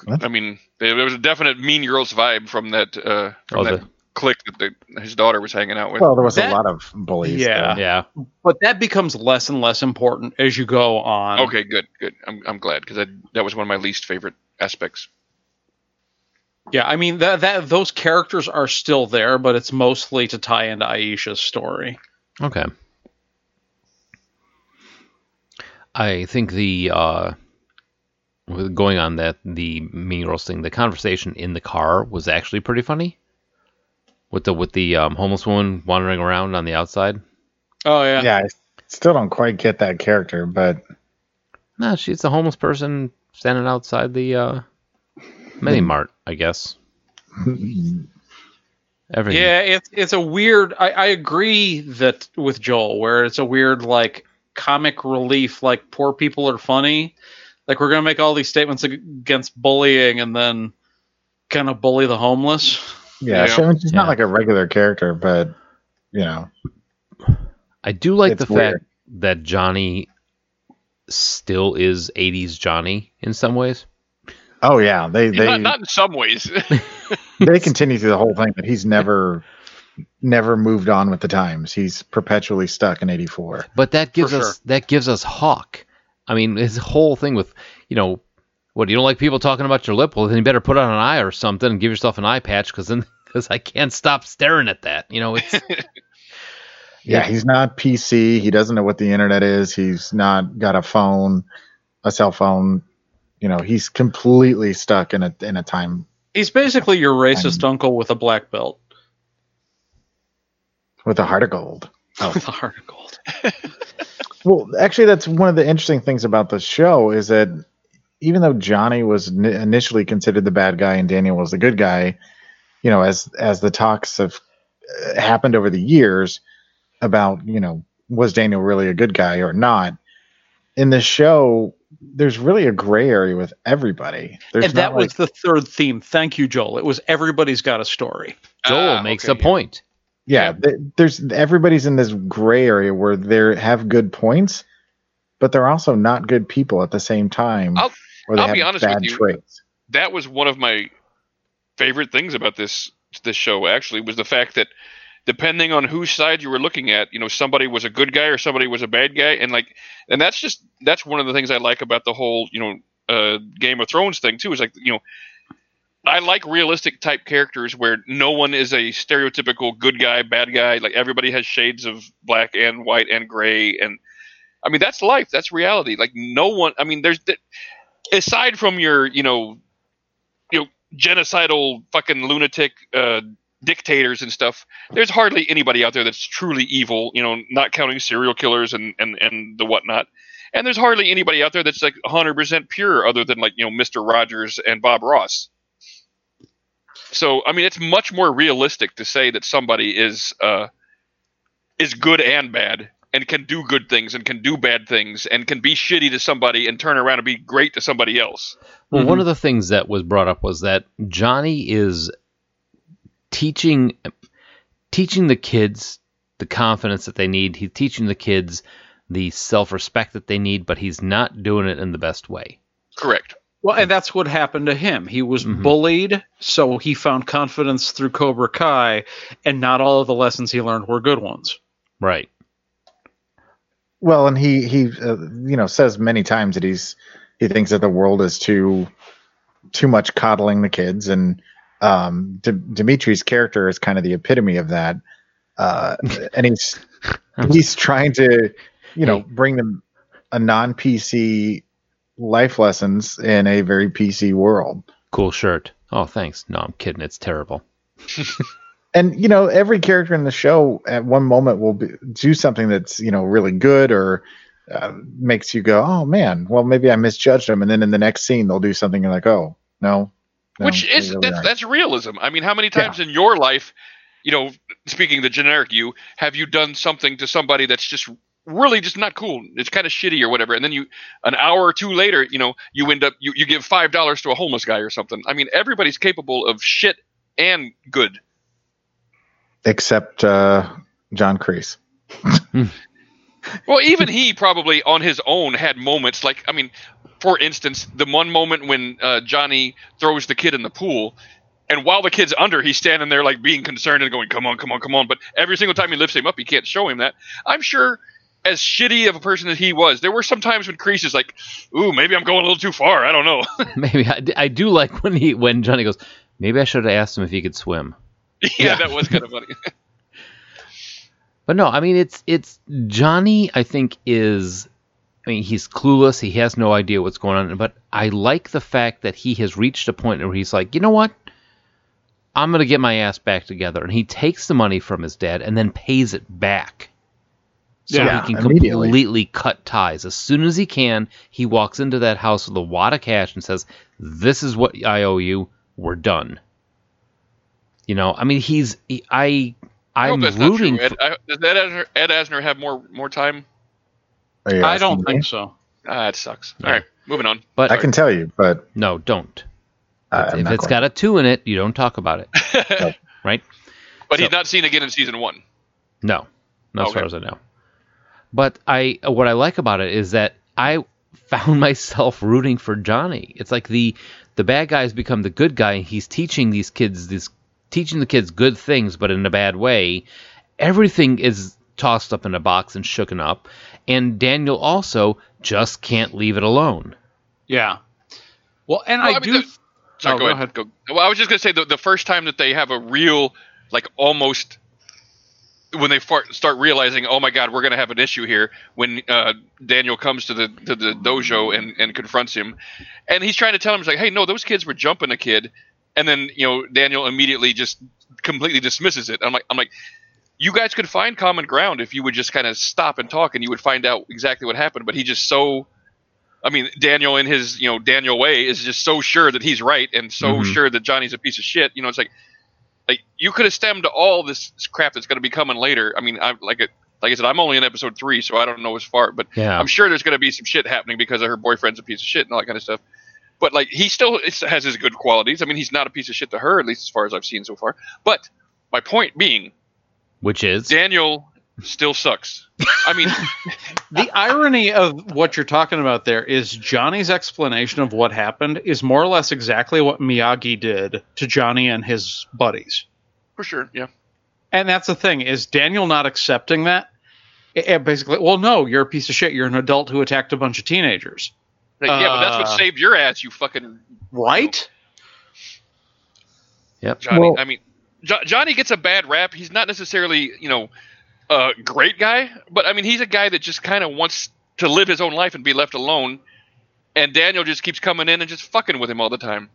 S4: What?
S3: I mean, there there was a definite Mean Girls vibe from that uh, from
S2: Oh,
S3: that
S2: the-
S3: clique that the, his daughter was hanging out with.
S4: Well, there was
S5: That-
S4: a lot of bullies.
S5: Yeah.
S4: there.
S2: Yeah.
S5: But that becomes less and less important as you go on.
S3: okay, good, good. I'm I'm glad because that that was one of my least favorite aspects.
S5: Yeah, I mean that that those characters are still there, but it's mostly to tie into Aisha's story.
S2: Okay. I think the uh, with- going on that the mean girls thing, the conversation in the car was actually pretty funny. With the with the um, homeless woman wandering around on the outside.
S5: Oh yeah.
S4: Yeah, I still don't quite get that character, but
S2: No, she's a homeless person standing outside the uh, mini mart, I guess. Everything.
S5: Yeah, it's it's a weird. I, I agree that with Joel, where it's a weird like comic relief, like poor people are funny. Like we're gonna make all these statements ag- against bullying, and then kind of bully the homeless.
S3: Yeah.
S4: yeah, Sharon, she's
S2: Yeah.
S4: not like a regular character, but you know,
S2: I do like
S4: It's
S2: the fact that Johnny still is 80s Johnny in some ways.
S4: oh yeah, they they
S3: not, not in some ways.
S4: they continue through the whole thing, but he's never never moved on with the times. He's perpetually stuck in '84.
S2: But that gives
S5: For
S2: us that gives us Hawk. I mean, his whole thing with, you know, what you don't like people talking about your lip. Well, then you better put on an eye or something and give yourself an eye patch because then because I can't stop staring at that. You know, it's
S4: Yeah, he's not PC. He doesn't know what the internet is. He's not got a phone, a cell phone. You know, he's completely stuck in a in a time.
S5: He's basically your racist uncle with a black belt.
S4: With a heart of gold.
S5: Oh, the heart of gold.
S4: Well, actually, that's one of the interesting things about the show is that even though Johnny was ni- initially considered the bad guy and Daniel was the good guy, you know, as as the talks have uh, happened over the years about you know was Daniel really a good guy or not, in this show there's really a gray area with everybody. There's
S5: and that
S4: not, like-
S5: was the third theme. Thank you, Joel. It was everybody's got a story.
S2: Joel
S3: Ah,
S2: makes
S3: okay,
S2: a point.
S4: yeah, th- there's everybody's in this gray area where they have good points, but they're also not good people at the same time.
S3: I'll-
S4: or they
S3: I'll
S4: have
S3: be honest with
S4: bad
S3: you.
S4: traits.
S3: that was one of my favorite things about this this show actually was the fact that depending on whose side you were looking at you know somebody was a good guy or somebody was a bad guy and like and that's just that's one of the things i like about the whole you know uh, game of thrones thing too is like you know i like realistic type characters where no one is a stereotypical good guy bad guy like everybody has shades of black and white and gray and i mean that's life that's reality like no one i mean there's aside from your you know genocidal fucking lunatic uh, dictators and stuff. There's hardly anybody out there that's truly evil, you know, not counting serial killers and, and, and the whatnot. And there's hardly anybody out there that's like 100% pure other than like, you know, Mr. Rogers and Bob Ross. So, I mean, it's much more realistic to say that somebody is uh, is good and bad and can do good things and can do bad things and can be shitty to somebody and turn around and be great to somebody else.
S2: Well,
S3: Mm-hmm.
S2: one of the things that was brought up was that Johnny is teaching teaching the kids the confidence that they need. He's teaching the kids the self-respect that they need, but he's not doing it in the best way.
S3: Correct.
S5: Well, and that's what happened to him. He was
S2: Mhm.
S5: bullied, so he found confidence through Cobra Kai, and not all of the lessons he learned were good ones.
S2: Right.
S4: Well, and he he uh, you know says many times that he's he thinks that the world is too too much coddling the kids, and um, D- Dimitri's character is kind of the epitome of that. Uh, and he's he's trying to you know
S2: Hey.
S4: bring them a non PC life lessons in a very PC world.
S2: Cool shirt. Oh, thanks. No, I'm kidding. It's terrible.
S4: and you know every character in the show at one moment will be, do something that's you know really good or uh, makes you go oh man well maybe i misjudged them and then in the next scene they'll do something you're like oh no, no,
S3: Which
S4: they
S3: is
S4: really
S3: that's,
S4: aren't."
S3: that's realism. I mean, how many
S4: Yeah.
S3: times in your life, you know, speaking the generic you, have you done something to somebody that's just really just not cool? It's kind of shitty or whatever, and then you, an hour or two later, you know, you end up you, you give five dollars to a homeless guy or something. I mean, everybody's capable of shit and good.
S4: except uh, john creese
S3: Well, even he probably on his own had moments like I mean, for instance, the one moment when uh, Johnny throws the kid in the pool, and while the kid's under, he's standing there like being concerned and going, "Come on, come on, come on!" But every single time he lifts him up, he can't show him that. I'm sure, as shitty of a person that he was, there were some times when Crease is like, "Ooh, maybe I'm going a little too far. I don't know."
S2: Maybe I, I do like when he when Johnny goes. Maybe I should have asked him if he could swim.
S3: yeah, that was kind of funny.
S2: But no, I mean it's it's Johnny. I think is, I mean he's clueless. He has no idea what's going on. But I like the fact that he has reached a point where he's like, you know what, I'm gonna get my ass back together. And he takes the money from his dad and then pays it back. So
S4: Yeah,
S2: he can
S4: immediately.
S2: completely cut ties. As soon as he can, he walks into that house with a wad of cash and says, "This is what I owe you. We're done." You know, I mean, he's he, I I'm
S3: I hope that's not
S2: rooting.
S3: true.
S2: for-
S3: Ed, I, does Ed Asner, Ed Asner have more more time?
S4: Are you
S5: I don't
S4: asking me?
S5: think so.
S3: Ah, it sucks.
S2: Yeah.
S3: All right, moving on.
S2: but
S4: i can tell you but
S2: No, don't.
S4: uh,
S2: if it's got a two in it, you don't talk about it, right?
S3: But he's
S2: So-
S3: not seen again in season one.
S2: No, not as
S3: Okay.
S2: far as I know. But I, what I like about it is that I found myself rooting for Johnny. It's like the the bad guy has become the good guy. and He's teaching these kids this, teaching the kids good things, but in a bad way. Everything is tossed up in a box and shooken up. And Daniel also just can't leave it alone.
S5: Yeah. Well, and
S3: Well,
S5: I,
S3: I mean,
S5: do.
S3: the- Sorry,
S5: Oh,
S3: go,
S5: go
S3: ahead. Go- Well, I was just gonna say the, the first time that they have a real, like almost, when they fart, start realizing, oh my god, we're gonna have an issue here. When uh, Daniel comes to the to the dojo and, and confronts him, and he's trying to tell him, he's like, hey, no, those kids were jumping a kid, and then you know Daniel immediately just completely dismisses it. I'm like, I'm like. You guys could find common ground if you would just kind of stop and talk, and you would find out exactly what happened. But he just so I mean, Daniel in his you know Daniel way is just so sure that he's right and so
S2: Mhm.
S3: sure that Johnny's a piece of shit. You know, it's like like you could have stemmed all this crap that's going to be coming later. I mean, I'm like it. Like I said, I'm only in episode three, so I don't know as far, but
S2: Yeah.
S3: I'm sure there's going to be some shit happening because of her boyfriend's a piece of shit and all that kind of stuff. But like, he still is- has his good qualities. I mean, he's not a piece of shit to her, at least as far as I've seen so far. But my point being,
S2: which is
S3: Daniel still sucks. I mean,
S5: The irony of what you're talking about there is Johnny's explanation of what happened is more or less exactly what Miyagi did to Johnny and his buddies.
S3: for sure. Yeah.
S5: And that's the thing is Daniel not accepting that. It, it basically, well, no, you're a piece of shit. You're an adult who attacked a bunch of teenagers,
S3: Like, yeah, but that's
S5: Uh.
S3: what saved your ass, you fucking
S5: right?
S2: yep.
S3: Johnny.
S4: Well-
S3: I mean, jo- Johnny gets a bad rap. He's not necessarily, you know, a great guy, but I mean, he's a guy that just kind of wants to live his own life and be left alone. And Daniel just keeps coming in and just fucking with him all the time.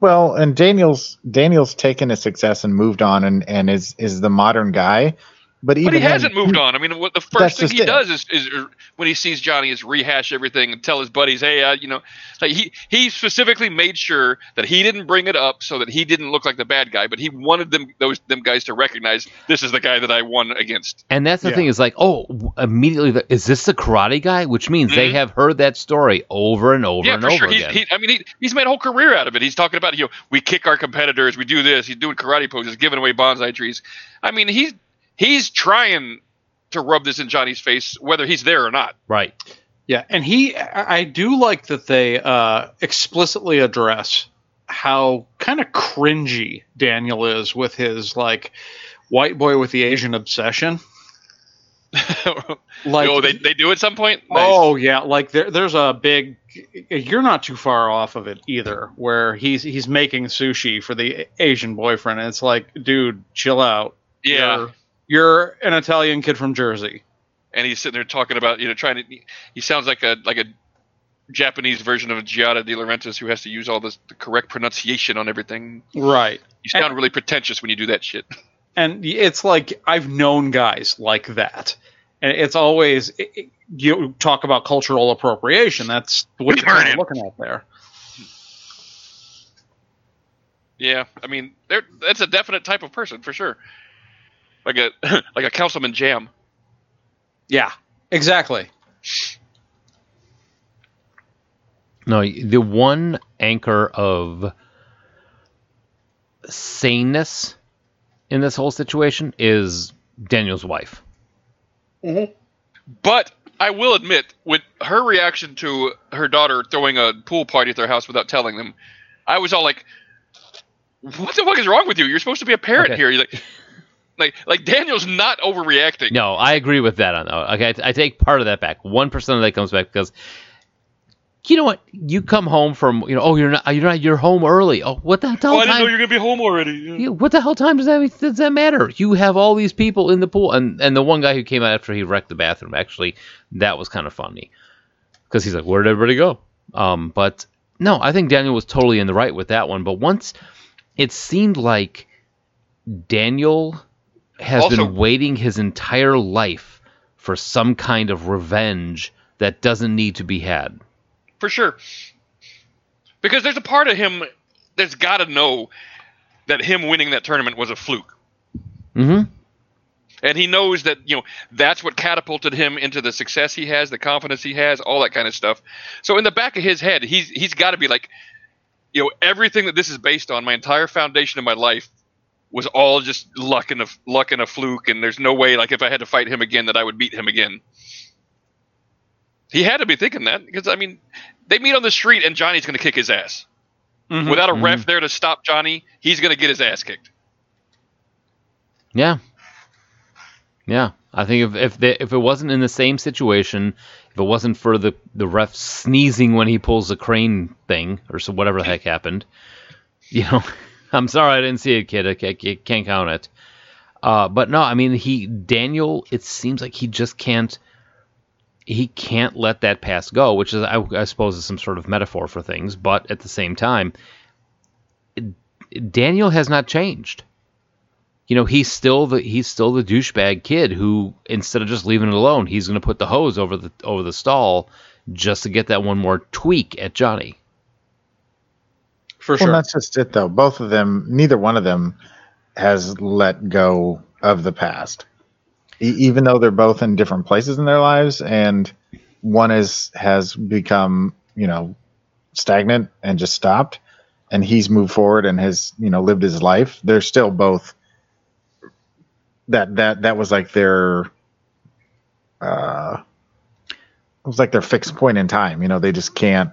S4: Well, and Daniel's Daniel's taken his success and moved on, and, and is is the modern guy. But even
S3: But he
S4: then-
S3: hasn't moved on. I mean, what the first
S4: That's
S3: thing
S4: just
S3: he
S4: it.
S3: does is, is er, when he sees Johnny is rehash everything and tell his buddies, "Hey, uh, you know," like he he specifically made sure that he didn't bring it up so that he didn't look like the bad guy, but he wanted them those them guys to recognize this is the guy that I won against.
S2: And that's the
S4: Yeah.
S2: thing is like, oh, w- immediately, the, is this the karate guy? Which means they
S3: Mhm.
S2: have heard that story over and over
S3: yeah,
S2: and
S3: for
S2: over
S3: sure. He's,
S2: again.
S3: he, I mean, he, he's made a whole career out of it. He's talking about you know we kick our competitors, we do this. He's doing karate poses, giving away bonsai trees. I mean, he's he's trying to rub this in Johnny's face, whether he's there or not.
S2: right.
S5: Yeah, and he, I I do like that they uh, explicitly address how kind of cringy Daniel is with his like white boy with the Asian obsession. Like,
S3: oh, they, they do at some point. Nice.
S5: oh yeah, like there, there's a big. You're not too far off of it either, where he's he's making sushi for the Asian boyfriend, and it's like, dude, chill out.
S3: yeah.
S5: You're- you're an Italian kid from Jersey.
S3: and he's sitting there talking about you know trying to he sounds like a like a Japanese version of Giada De Laurentiis who has to use all this, the correct pronunciation on everything.
S5: Right.
S3: You sound really pretentious when you do that shit.
S5: and it's like I've known guys like that, and it's always it, it- you talk about cultural appropriation. That's what
S3: We
S5: you're kinda
S3: learn it.
S5: looking at there.
S3: Yeah, I mean, there that's a definite type of person for sure. Like a like a councilman jam.
S5: Yeah, exactly.
S2: No, the one anchor of saneness in this whole situation is Daniel's wife.
S3: But I will admit, with her reaction to her daughter throwing a pool party at their house without telling them, I was all like, "What the fuck is wrong with you? You're supposed to be a parent
S2: Okay.
S3: here." You're like, like, like Daniel's not overreacting.
S2: No, I agree with that. On that. Okay, I, I take part of that back. One percent of that comes back because you know what? You come home from you know. Oh, you're not. You're not. You're home early. Oh, what the hell
S3: Oh, I didn't
S2: time?
S3: know you were gonna be home already. Yeah.
S2: you, what the hell time does that does that matter? You have all these people in the pool, and and the one guy who came out after he wrecked the bathroom actually that was kind of funny because he's like, where did everybody go? Um, but no, I think Daniel was totally in the right with that one. But once it seemed like Daniel has
S3: Also-
S2: been waiting his entire life for some kind of revenge that doesn't need to be had.
S3: for sure. Because there's a part of him that's got to know that him winning that tournament was a fluke,
S2: hmm
S3: and he knows that you know that's what catapulted him into the success he has, the confidence he has, all that kind of stuff. So in the back of his head, he's he's got to be like, you know, everything that this is based on, my entire foundation of my life was all just luck and a luck and a fluke, and there's no way like if I had to fight him again that I would beat him again. He had to be thinking that because I mean, they meet on the street and Johnny's going to kick his ass
S5: Mhm.
S3: without a ref there to stop Johnny, he's going to get his ass kicked.
S2: Yeah. Yeah. I think if if, they, if it wasn't in the same situation, if it wasn't for the, the ref sneezing when he pulls the crane thing or so whatever the heck happened, you know, I'm sorry I didn't see it, kid. I, ca- ca- can't count it. Uh, but no, I mean he Daniel. It seems like he just can't. He can't let that pass go, which is, I, I suppose, is some sort of metaphor for things. But at the same time, it, Daniel has not changed you know he's still the he's still the douchebag kid who instead of just leaving it alone he's going to put the hose over the over the stall just to get that one more tweak at johnny
S5: for
S4: Well,
S5: sure.
S4: that's just it, though. Both of them, neither one of them has let go of the past, e- even though they're both in different places in their lives, and one is has become, you know, stagnant and just stopped, and he's moved forward and has, you know, lived his life. They're still both that that that was like their uh it was like their fixed point in time you know they just can't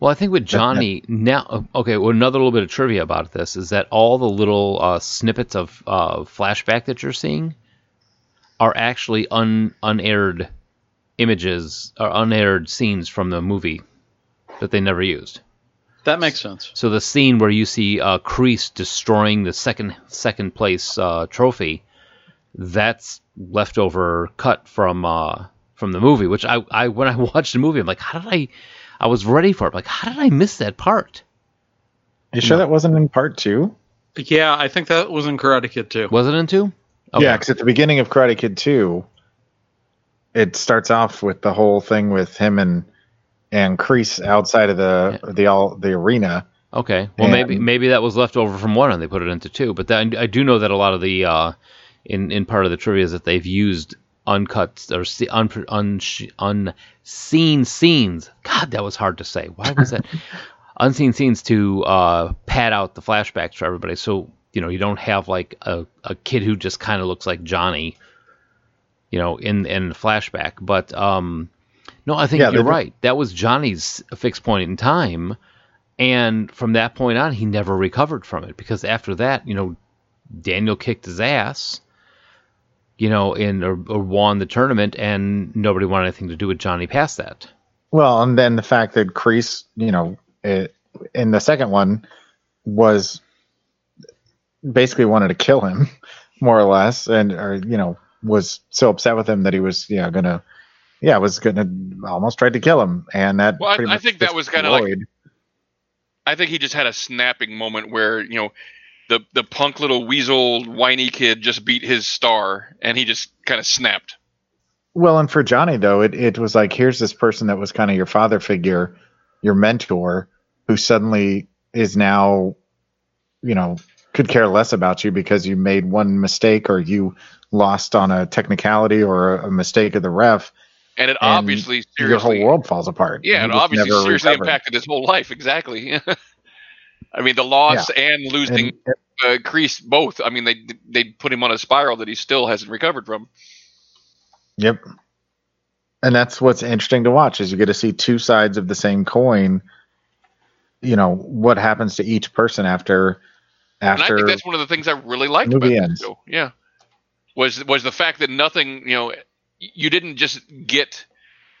S2: Well, I think with Johnny now, oh, okay. Well, another little bit of trivia about this is that all the little uh, snippets of uh, flashback that you're seeing are actually un unaired images or unaired scenes from the movie that they never used.
S5: That makes sense.
S2: So the scene where you see uh, Kreese destroying the second second place uh, trophy, that's leftover cut from uh, from the movie. Which I, I when I watched the movie, I'm like, how did I? I was ready for it. like, how did I miss that part?
S4: you sure that wasn't in part two
S5: Yeah, I think that was in Karate Kid too.
S2: Was it in two?
S4: Yeah, 'cause yeah because at the beginning of karate kid 2 it starts off with the whole thing with him and and crease outside of the the all the arena
S2: Okay. Well,
S4: And-
S2: maybe maybe that was left over from one and they put it into two. But then I do know that a lot of the uh, in in part of the trivia is that they've used uncut or se- un, un, unseen scenes. God, that was hard to say. Why was that? unseen scenes to uh, pad out the flashbacks for everybody. So you know you don't have like a, a kid who just kind of looks like Johnny, you know, in in the flashback. But um, no, I think
S4: Yeah, they
S2: you're
S4: don't-
S2: right. That was Johnny's fixed point in time, and from that point on, he never recovered from it because after that, you know, Daniel kicked his ass. You know, in or, or won the tournament, and nobody wanted anything to do with Johnny past that.
S4: Well, and then the fact that Crease, you know, it, in the second one was basically wanted to kill him, more or less, and or you know was so upset with him that he was you know gonna yeah was gonna almost tried to kill him, and that
S3: Well, I-
S4: pretty
S3: I
S4: much
S3: think that was kinda like-
S4: destroyed-
S3: I think he just had a snapping moment where you know the the punk little weasel whiny kid just beat his star, and he just kind of snapped.
S4: well, and for Johnny though, it it was like here's this person that was kind of your father figure, your mentor, who suddenly is now, you know, could care less about you because you made one mistake or you lost on a technicality or a, a mistake of the ref,
S3: And it
S4: And
S3: obviously
S4: your
S3: seriously,
S4: whole world falls apart.
S3: yeah,
S4: and
S3: it
S4: you just
S3: obviously
S4: never
S3: seriously
S4: recover.
S3: impacted his whole life. Exactly. I mean, the loss and losing
S4: And-
S3: uh, Crease both. I mean, they they put him on a spiral that he still hasn't recovered from.
S4: Yep. And that's what's interesting to watch is you get to see two sides of the same coin. You know what happens to each person after
S3: And I
S4: after
S3: think that's one of the things I really liked about
S4: Movie
S3: the
S4: ends.
S3: show. Yeah, was was the fact that nothing, you know, you didn't just get,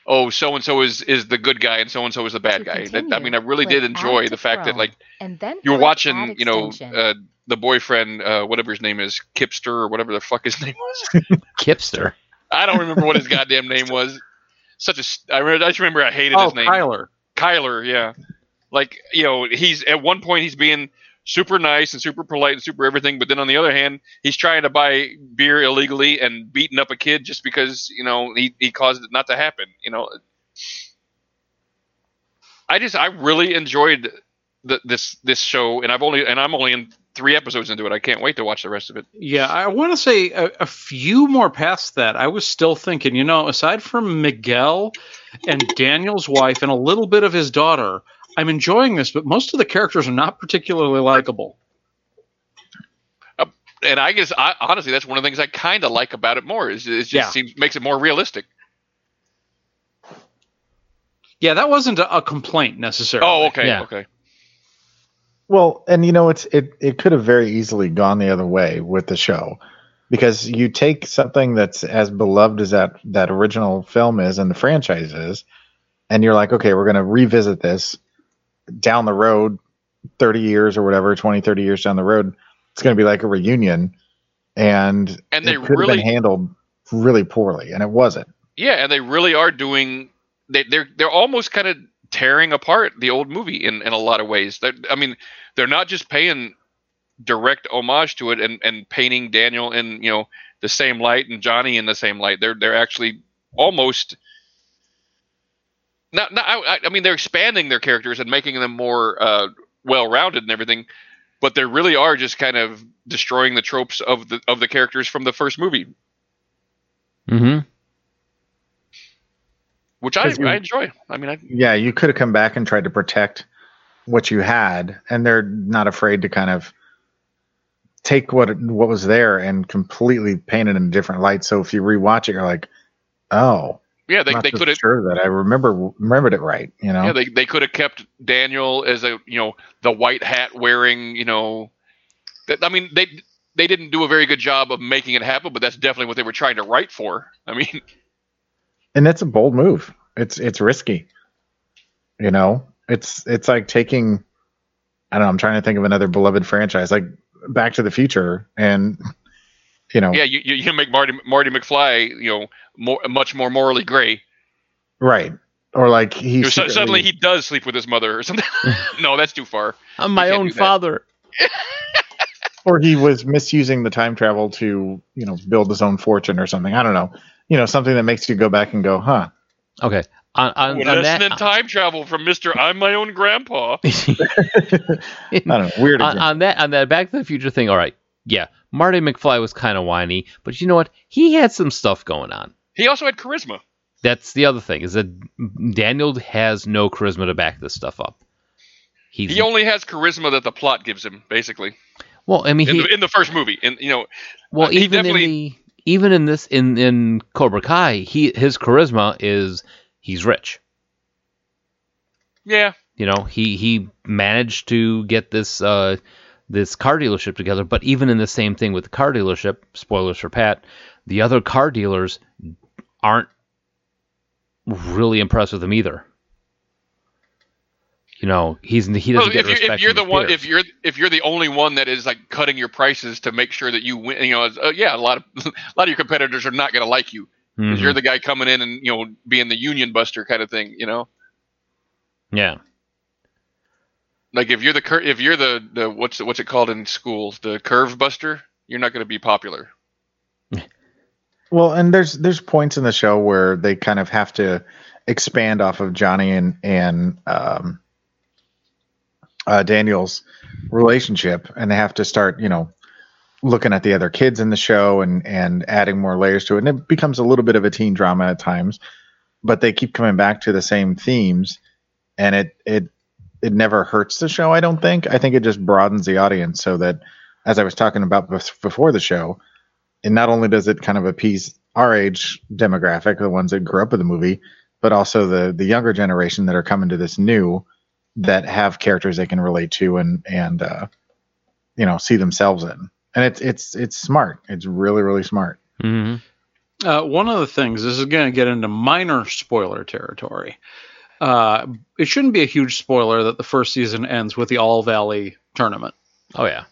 S3: oh, so and so is is the good guy and so and so is the bad
S1: To
S3: guy. That, I
S1: continue,
S3: mean, I really
S1: click
S3: did enjoy
S1: add
S3: the
S1: to
S3: fact that
S1: Chrome,
S3: like
S1: and then
S3: you were
S1: click
S3: watching,
S1: add
S3: you know,
S1: extension.
S3: uh, the boyfriend, uh, whatever his name is, Kipster or whatever the fuck his name was.
S2: Kipster.
S3: I don't remember what his goddamn name was. Such a, st- I, remember, I just remember I hated
S5: Oh,
S3: his name.
S5: Kyler.
S3: Kyler, yeah. Like, you know, he's at one point he's being super nice and super polite and super everything, but then on the other hand, he's trying to buy beer illegally and beating up a kid just because, you know, he, he caused it not to happen, you know. I just I really enjoyed the, this this show and I've only and I'm only in 3 episodes into it. I can't wait to watch the rest of it.
S5: Yeah, I want to say a, a few more past that. I was still thinking, you know, aside from Miguel and Daniel's wife and a little bit of his daughter, I'm enjoying this, but most of the characters are not particularly likable.
S3: And I guess I, honestly that's one of the things I kind of like about it more is it just
S5: Yeah.
S3: seems makes it more realistic.
S5: Yeah, that wasn't a, a complaint necessarily.
S3: Oh, okay.
S2: Yeah.
S3: Okay.
S4: Well, and you know, it's it it could have very easily gone the other way with the show, because you take something that's as beloved as that that original film is and the franchise is, and you're like, okay, we're going to revisit this down the road, thirty years or whatever, 20, 30 years down the road, it's going to be like a reunion, and
S3: And
S4: it
S3: they
S4: could have
S3: really
S4: been handled really poorly, and it wasn't.
S3: Yeah, and they really are doing. They, they're they're almost kind of tearing apart the old movie in, in a lot of ways. They're, I mean, they're not just paying direct homage to it and, and painting Daniel in you know the same light and Johnny in the same light. They're they're actually almost. Not, not I, I- I mean, they're expanding their characters and making them more uh, well-rounded and everything, but they really are just kind of destroying the tropes of the of the characters from the first movie,
S2: Mm-hmm.
S3: which I,
S4: 'Cause you-
S3: I enjoy. I mean, I,
S4: yeah, you could have come back and tried to protect what you had, and they're not afraid to kind of take what what was there and completely paint it in a different light. So if you rewatch it, you're like, oh,
S3: Yeah, they,
S4: I'm not
S3: they
S4: so
S3: could have
S4: sure that I remember remembered it right. You know,
S3: Yeah, they they could have kept Daniel as a you know the white hat wearing you know, that, I mean they they didn't do a very good job of making it happen, but that's definitely what they were trying to write for. I mean,
S4: and it's a bold move. It's it's risky. You know, it's it's like taking. I don't know. I'm trying to think of another beloved franchise like Back to the Future, and you know,
S3: yeah, you, you you make Marty Marty McFly you know more much more morally gray.
S4: right? Or like he
S3: You know, su-
S4: secretly-
S3: suddenly he does sleep with his mother or something. no, that's too far.
S2: I'm my
S3: You can't
S2: own
S3: do that.
S2: father.
S4: or he was misusing the time travel to you know build his own fortune or something. I don't know. You know, something that makes you go back and go, huh?
S2: Okay. On, on,
S3: We're
S2: on
S3: less
S2: that, uh,
S3: than time travel from Mister I'm my own grandpa.
S4: I don't know. Weird.
S2: on,
S4: example.
S2: on that on that Back to the Future thing. All right, yeah, Marty McFly was kind of whiny, but you know what? He had some stuff going on.
S3: He also had charisma.
S2: That's the other thing is that Daniel has no charisma to back this stuff up. He's
S3: He only has charisma that the plot gives him, basically.
S2: well, I mean,
S3: In,
S2: he,
S3: the, in the first movie, and you know,
S2: well,
S3: he
S2: even in
S3: definitely-
S2: the even in this in in Cobra Kai, he his charisma is he's rich.
S3: yeah,
S2: you know he he managed to get this uh this car dealership together but even in the same thing with the car dealership spoilers for pat the other car dealers aren't really impressed with him either you know he's he doesn't
S3: Well,
S2: get
S3: if, you,
S2: respect
S3: if you're
S2: from
S3: the
S2: his
S3: one,
S2: peers.
S3: if you're if you're the only one that is like cutting your prices to make sure that you win, you know, it's, uh, yeah, a lot of a lot of your competitors are not going to like you because
S2: Mhm.
S3: you're the guy coming in and you know being the union buster kind of thing. You know,
S2: Mm-hmm. yeah
S3: like if you're the cur- if you're the the what's what's it called in schools the curve buster, you're not going to be popular.
S4: Well, and there's there's points in the show where they kind of have to expand off of Johnny and and um, uh, Daniel's relationship, and they have to start, you know, looking at the other kids in the show and and adding more layers to it, and it becomes a little bit of a teen drama at times. But they keep coming back to the same themes, and it it it never hurts the show. I don't think. I think it just broadens the audience so that, as I was talking about bef- before the show, and not only does it kind of appease our age demographic, the ones that grew up with the movie, but also the the younger generation that are coming to this new that have characters they can relate to and and uh, you know see themselves in. And it's it's it's smart. It's really really smart.
S2: hmm
S5: Uh, one of the things, this is going to get into minor spoiler territory. Uh, it shouldn't be a huge spoiler that the first season ends with the All Valley tournament.
S2: oh yeah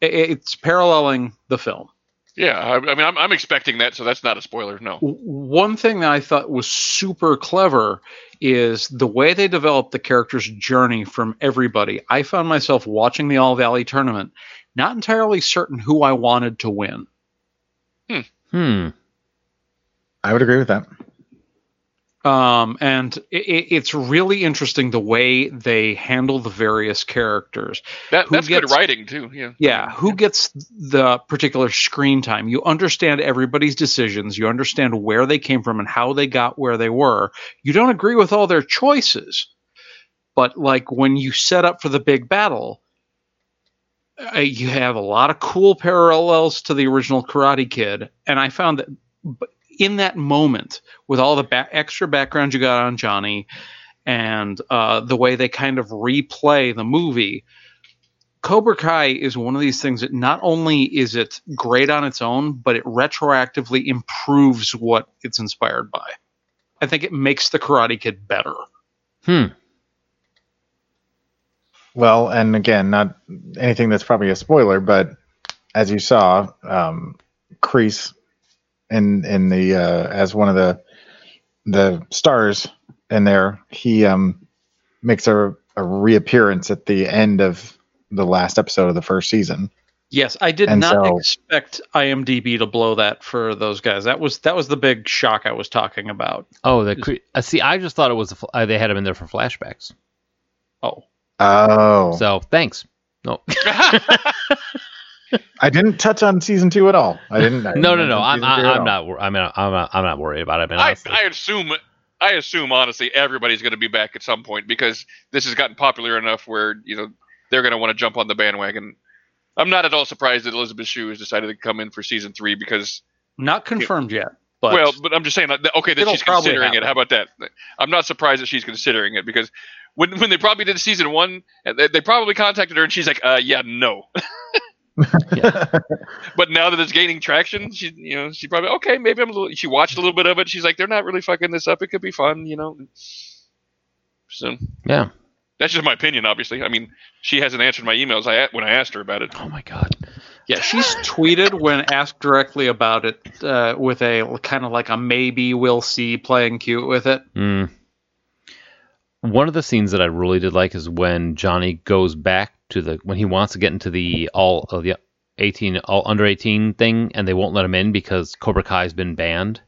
S5: I- It's paralleling the film.
S3: Yeah, I, I mean, I'm, I'm expecting that, so that's not a spoiler. No,
S5: W- One thing that I thought was super clever is the way they developed the character's journey from everybody. I found myself watching the All Valley tournament, not entirely certain who I wanted to win.
S2: hmm
S4: I would agree with that.
S5: um, and it, it's really interesting the way they handle the various characters.
S3: that
S5: Who
S3: that's good
S5: gets-
S3: writing too. Yeah,
S5: Yeah, who gets the particular screen time? You understand everybody's decisions. You understand where they came from and how they got where they were. You don't agree with all their choices, but like when you set up for the big battle, uh, you have a lot of cool parallels to the original Karate Kid. And I found that b- in that moment, with all the ba- extra background you got on Johnny and uh, the way they kind of replay the movie. Cobra Kai is one of these things that not only is it great on its own, but it retroactively improves what it's inspired by. I think it makes the Karate Kid better.
S2: hmm
S4: Well, and again, not anything that's probably a spoiler, but as you saw, um, Crease in in the uh, as one of the the stars in there, he um, makes a, a reappearance at the end of the last episode of the first season.
S5: Yes, I did
S4: And
S5: not
S4: so-
S5: expect IMDb to blow that for those guys. That was that was the big shock I was talking about.
S2: oh the cre- uh, see I just thought it was a fl- uh, they had him in there for flashbacks
S5: Oh,
S4: Oh,
S2: so thanks no
S4: I didn't touch on season two at all. I didn't. I
S2: no no
S4: didn't
S2: no
S4: touch on
S2: I'm
S4: season two at
S2: I, I'm
S4: all.
S2: not wor- I'm not I'm not I'm not worried about it I mean,
S3: I,
S2: honestly.
S3: I assume I assume honestly everybody's going to be back at some point because this has gotten popular enough where you know they're going to want to jump on the bandwagon. I'm not at all surprised that Elizabeth Shue has decided to come in for season three because
S5: Not confirmed yet, but
S3: well, but I'm just saying, like, that- okay, that
S5: It'll
S3: she's
S5: probably
S3: considering it.
S5: happen.
S3: How about that? I'm not surprised that she's considering it because when when they probably did season one, and they, they probably contacted her and she's like, uh, yeah, no. But now that it's gaining traction, she you know she probably okay maybe I'm a little. She watched a little bit of it. She's like, they're not really fucking this up. It could be fun, you know. So
S2: Yeah.
S3: that's just my opinion, obviously. I mean, she hasn't answered my emails I, a- when I asked her about it.
S2: Oh my god.
S5: yeah, she's tweeted when asked directly about it uh, with a kind of like a maybe we'll see playing cute with it.
S2: Mm. One of the scenes that I really did like is when Johnny goes back to the when he wants to get into the all of the eighteen all under eighteen thing, and they won't let him in because Cobra Kai's been banned.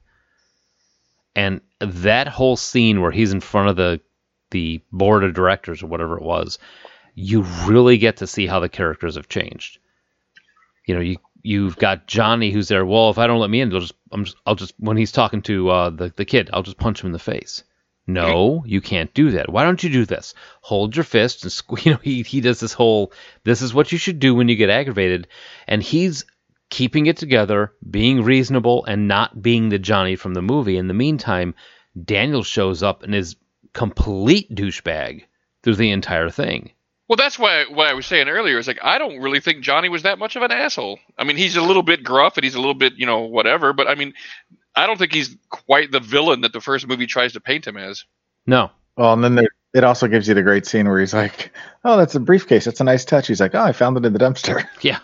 S2: And that whole scene where he's in front of the the board of directors or whatever it was, you really get to see how the characters have changed. You know, you you've got Johnny who's there. Well, if I don't let me in, they'll just I'm just, I'll just when he's talking to uh, the the kid, I'll just punch him in the face. No, you can't do that. Why don't you do this? Hold your fist and squeeze. You know, he he does this whole. This is what you should do when you get aggravated, and he's keeping it together, being reasonable, and not being the Johnny from the movie. In the meantime, Daniel shows up and is complete douchebag through the entire thing.
S3: Well, that's why why I was saying earlier is like I don't really think Johnny was that much of an asshole. I mean, he's a little bit gruff and he's a little bit you know whatever, but I mean, I don't think he's quite the villain that the first movie tries to paint him as.
S2: No,
S4: Well, and then there, it also gives you the great scene where he's like, "Oh, that's a briefcase. That's a nice touch." He's like, "Oh, I found it in the dumpster."
S2: Yeah.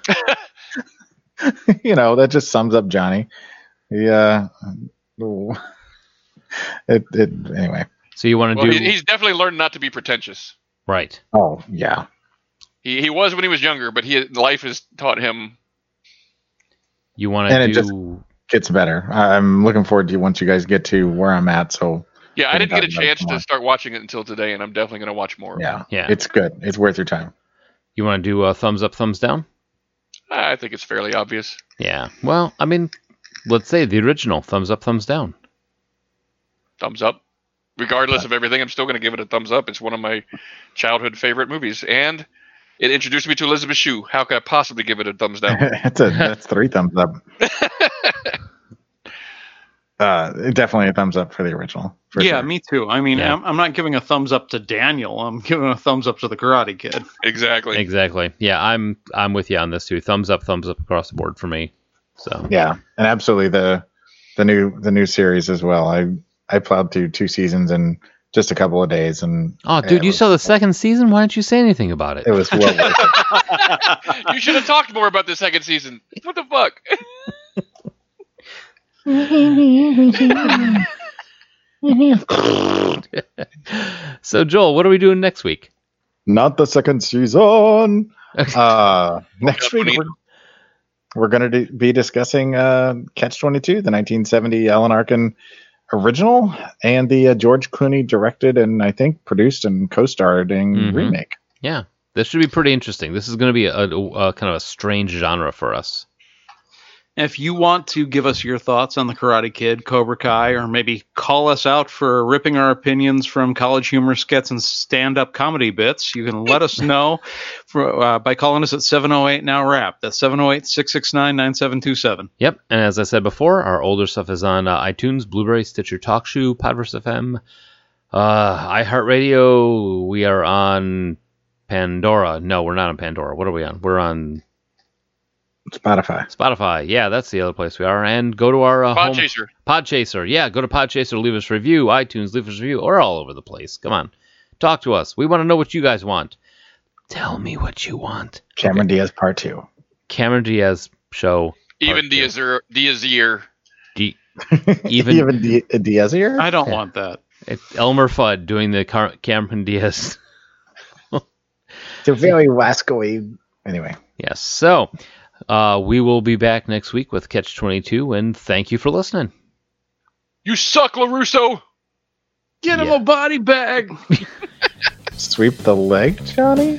S4: you know, that just sums up Johnny. Yeah. It, it anyway.
S2: so you want to
S3: Well,
S2: do
S3: he, he's definitely learned not to be pretentious.
S2: right?
S4: Oh yeah.
S3: He he was when he was younger, but he life has taught him.
S2: You want
S4: And
S2: to
S4: it
S2: do
S4: just- Gets better. I- I'm looking forward to once you guys get to where I'm at. So
S3: Yeah, I
S4: Been
S3: didn't get a
S4: gotten better
S3: chance to
S4: more.
S3: start watching it until today, and I'm definitely going to watch more.
S4: yeah,
S2: Yeah.
S4: it's good. It's worth your time.
S2: you want to do a thumbs up, thumbs down.
S3: I think it's fairly obvious.
S2: Yeah. Well, I mean, let's say the original thumbs up, thumbs down.
S3: Thumbs up. Regardless of everything, I'm still going to give it a thumbs up. It's one of my childhood favorite movies, and it introduced me to Elizabeth Shue. How could I possibly give it a thumbs down?
S4: that's a that's three thumbs up. uh, definitely a thumbs up for the original. For
S5: yeah,
S4: sure.
S5: me too. I mean,
S2: Yeah.
S5: I'm, I'm not giving a thumbs up to Daniel. I'm giving a thumbs up to the Karate Kid.
S3: exactly.
S2: Exactly. Yeah, I'm I'm with you on this too. Thumbs up, thumbs up across the board for me. So
S4: yeah, and absolutely the the new the new series as well. I I plowed through two seasons in just a couple of days, and
S2: Oh,
S4: Yeah,
S2: dude,
S4: it
S2: you
S4: was-
S2: saw the second season. Why didn't you say anything about it?
S4: it was well worth it.
S3: you should have talked more about the second season. What the fuck? uh,
S2: So Joel, what are we doing next week?
S4: Not the second season. Uh, next
S3: Yeah,
S4: week we're, we're going to be discussing uh, Catch Twenty Two, the 1970 Alan Arkin original, and the uh, George Clooney directed and I think produced and co-starred in
S2: Mhm.
S4: remake.
S2: yeah, this should be pretty interesting. This is going to be a, a, a kind of a strange genre for us.
S5: If you want to give us your thoughts on the Karate Kid, Cobra Kai, or maybe call us out for ripping our opinions from college humor skits and stand up comedy bits, you can let us know for, uh, by calling us at 708 Now Rap. That's 708 669 9727.
S2: Yep, and as I said before, our older stuff is on uh, iTunes, Blueberry, Stitcher, TalkShoe, Podverse FM, uh, iHeartRadio. We are on Pandora. No, we're not on Pandora. What are we on? We're on
S4: Spotify.
S2: Spotify. Yeah, that's the other place we are. And go to our uh,
S3: Pod
S2: home-
S3: Chaser.
S2: Podchaser. Yeah, go to Podchaser, leave us a review, iTunes, leave us a review, or all over the place. Come on. Talk to us. We want to know what you guys want. Tell me what you want.
S4: Cameron Diaz Part Two.
S2: Cameron Diaz show.
S3: Even
S2: Part two.
S3: Diaz Diazier.
S2: D- Even-
S4: Even, Even Di- Diaz here.
S5: I don't want that.
S2: it's Elmer Fudd doing the Car- Cameron Diaz.
S4: It's a very wascally. Anyway,
S2: Yes. So uh, we will be back next week with Catch 22, and thank you for listening.
S3: You suck, LaRusso.
S5: Get him
S2: Yeah.
S5: a body bag!
S4: sweep the leg, Johnny.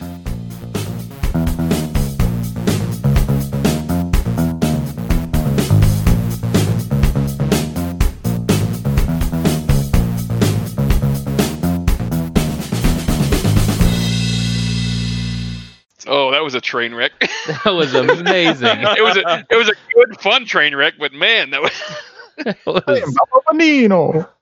S3: Oh, that was a a train wreck. it
S2: That was amazing.
S3: was a it was a good fun train wreck, but man, that was
S2: That was-
S4: Papa Nino.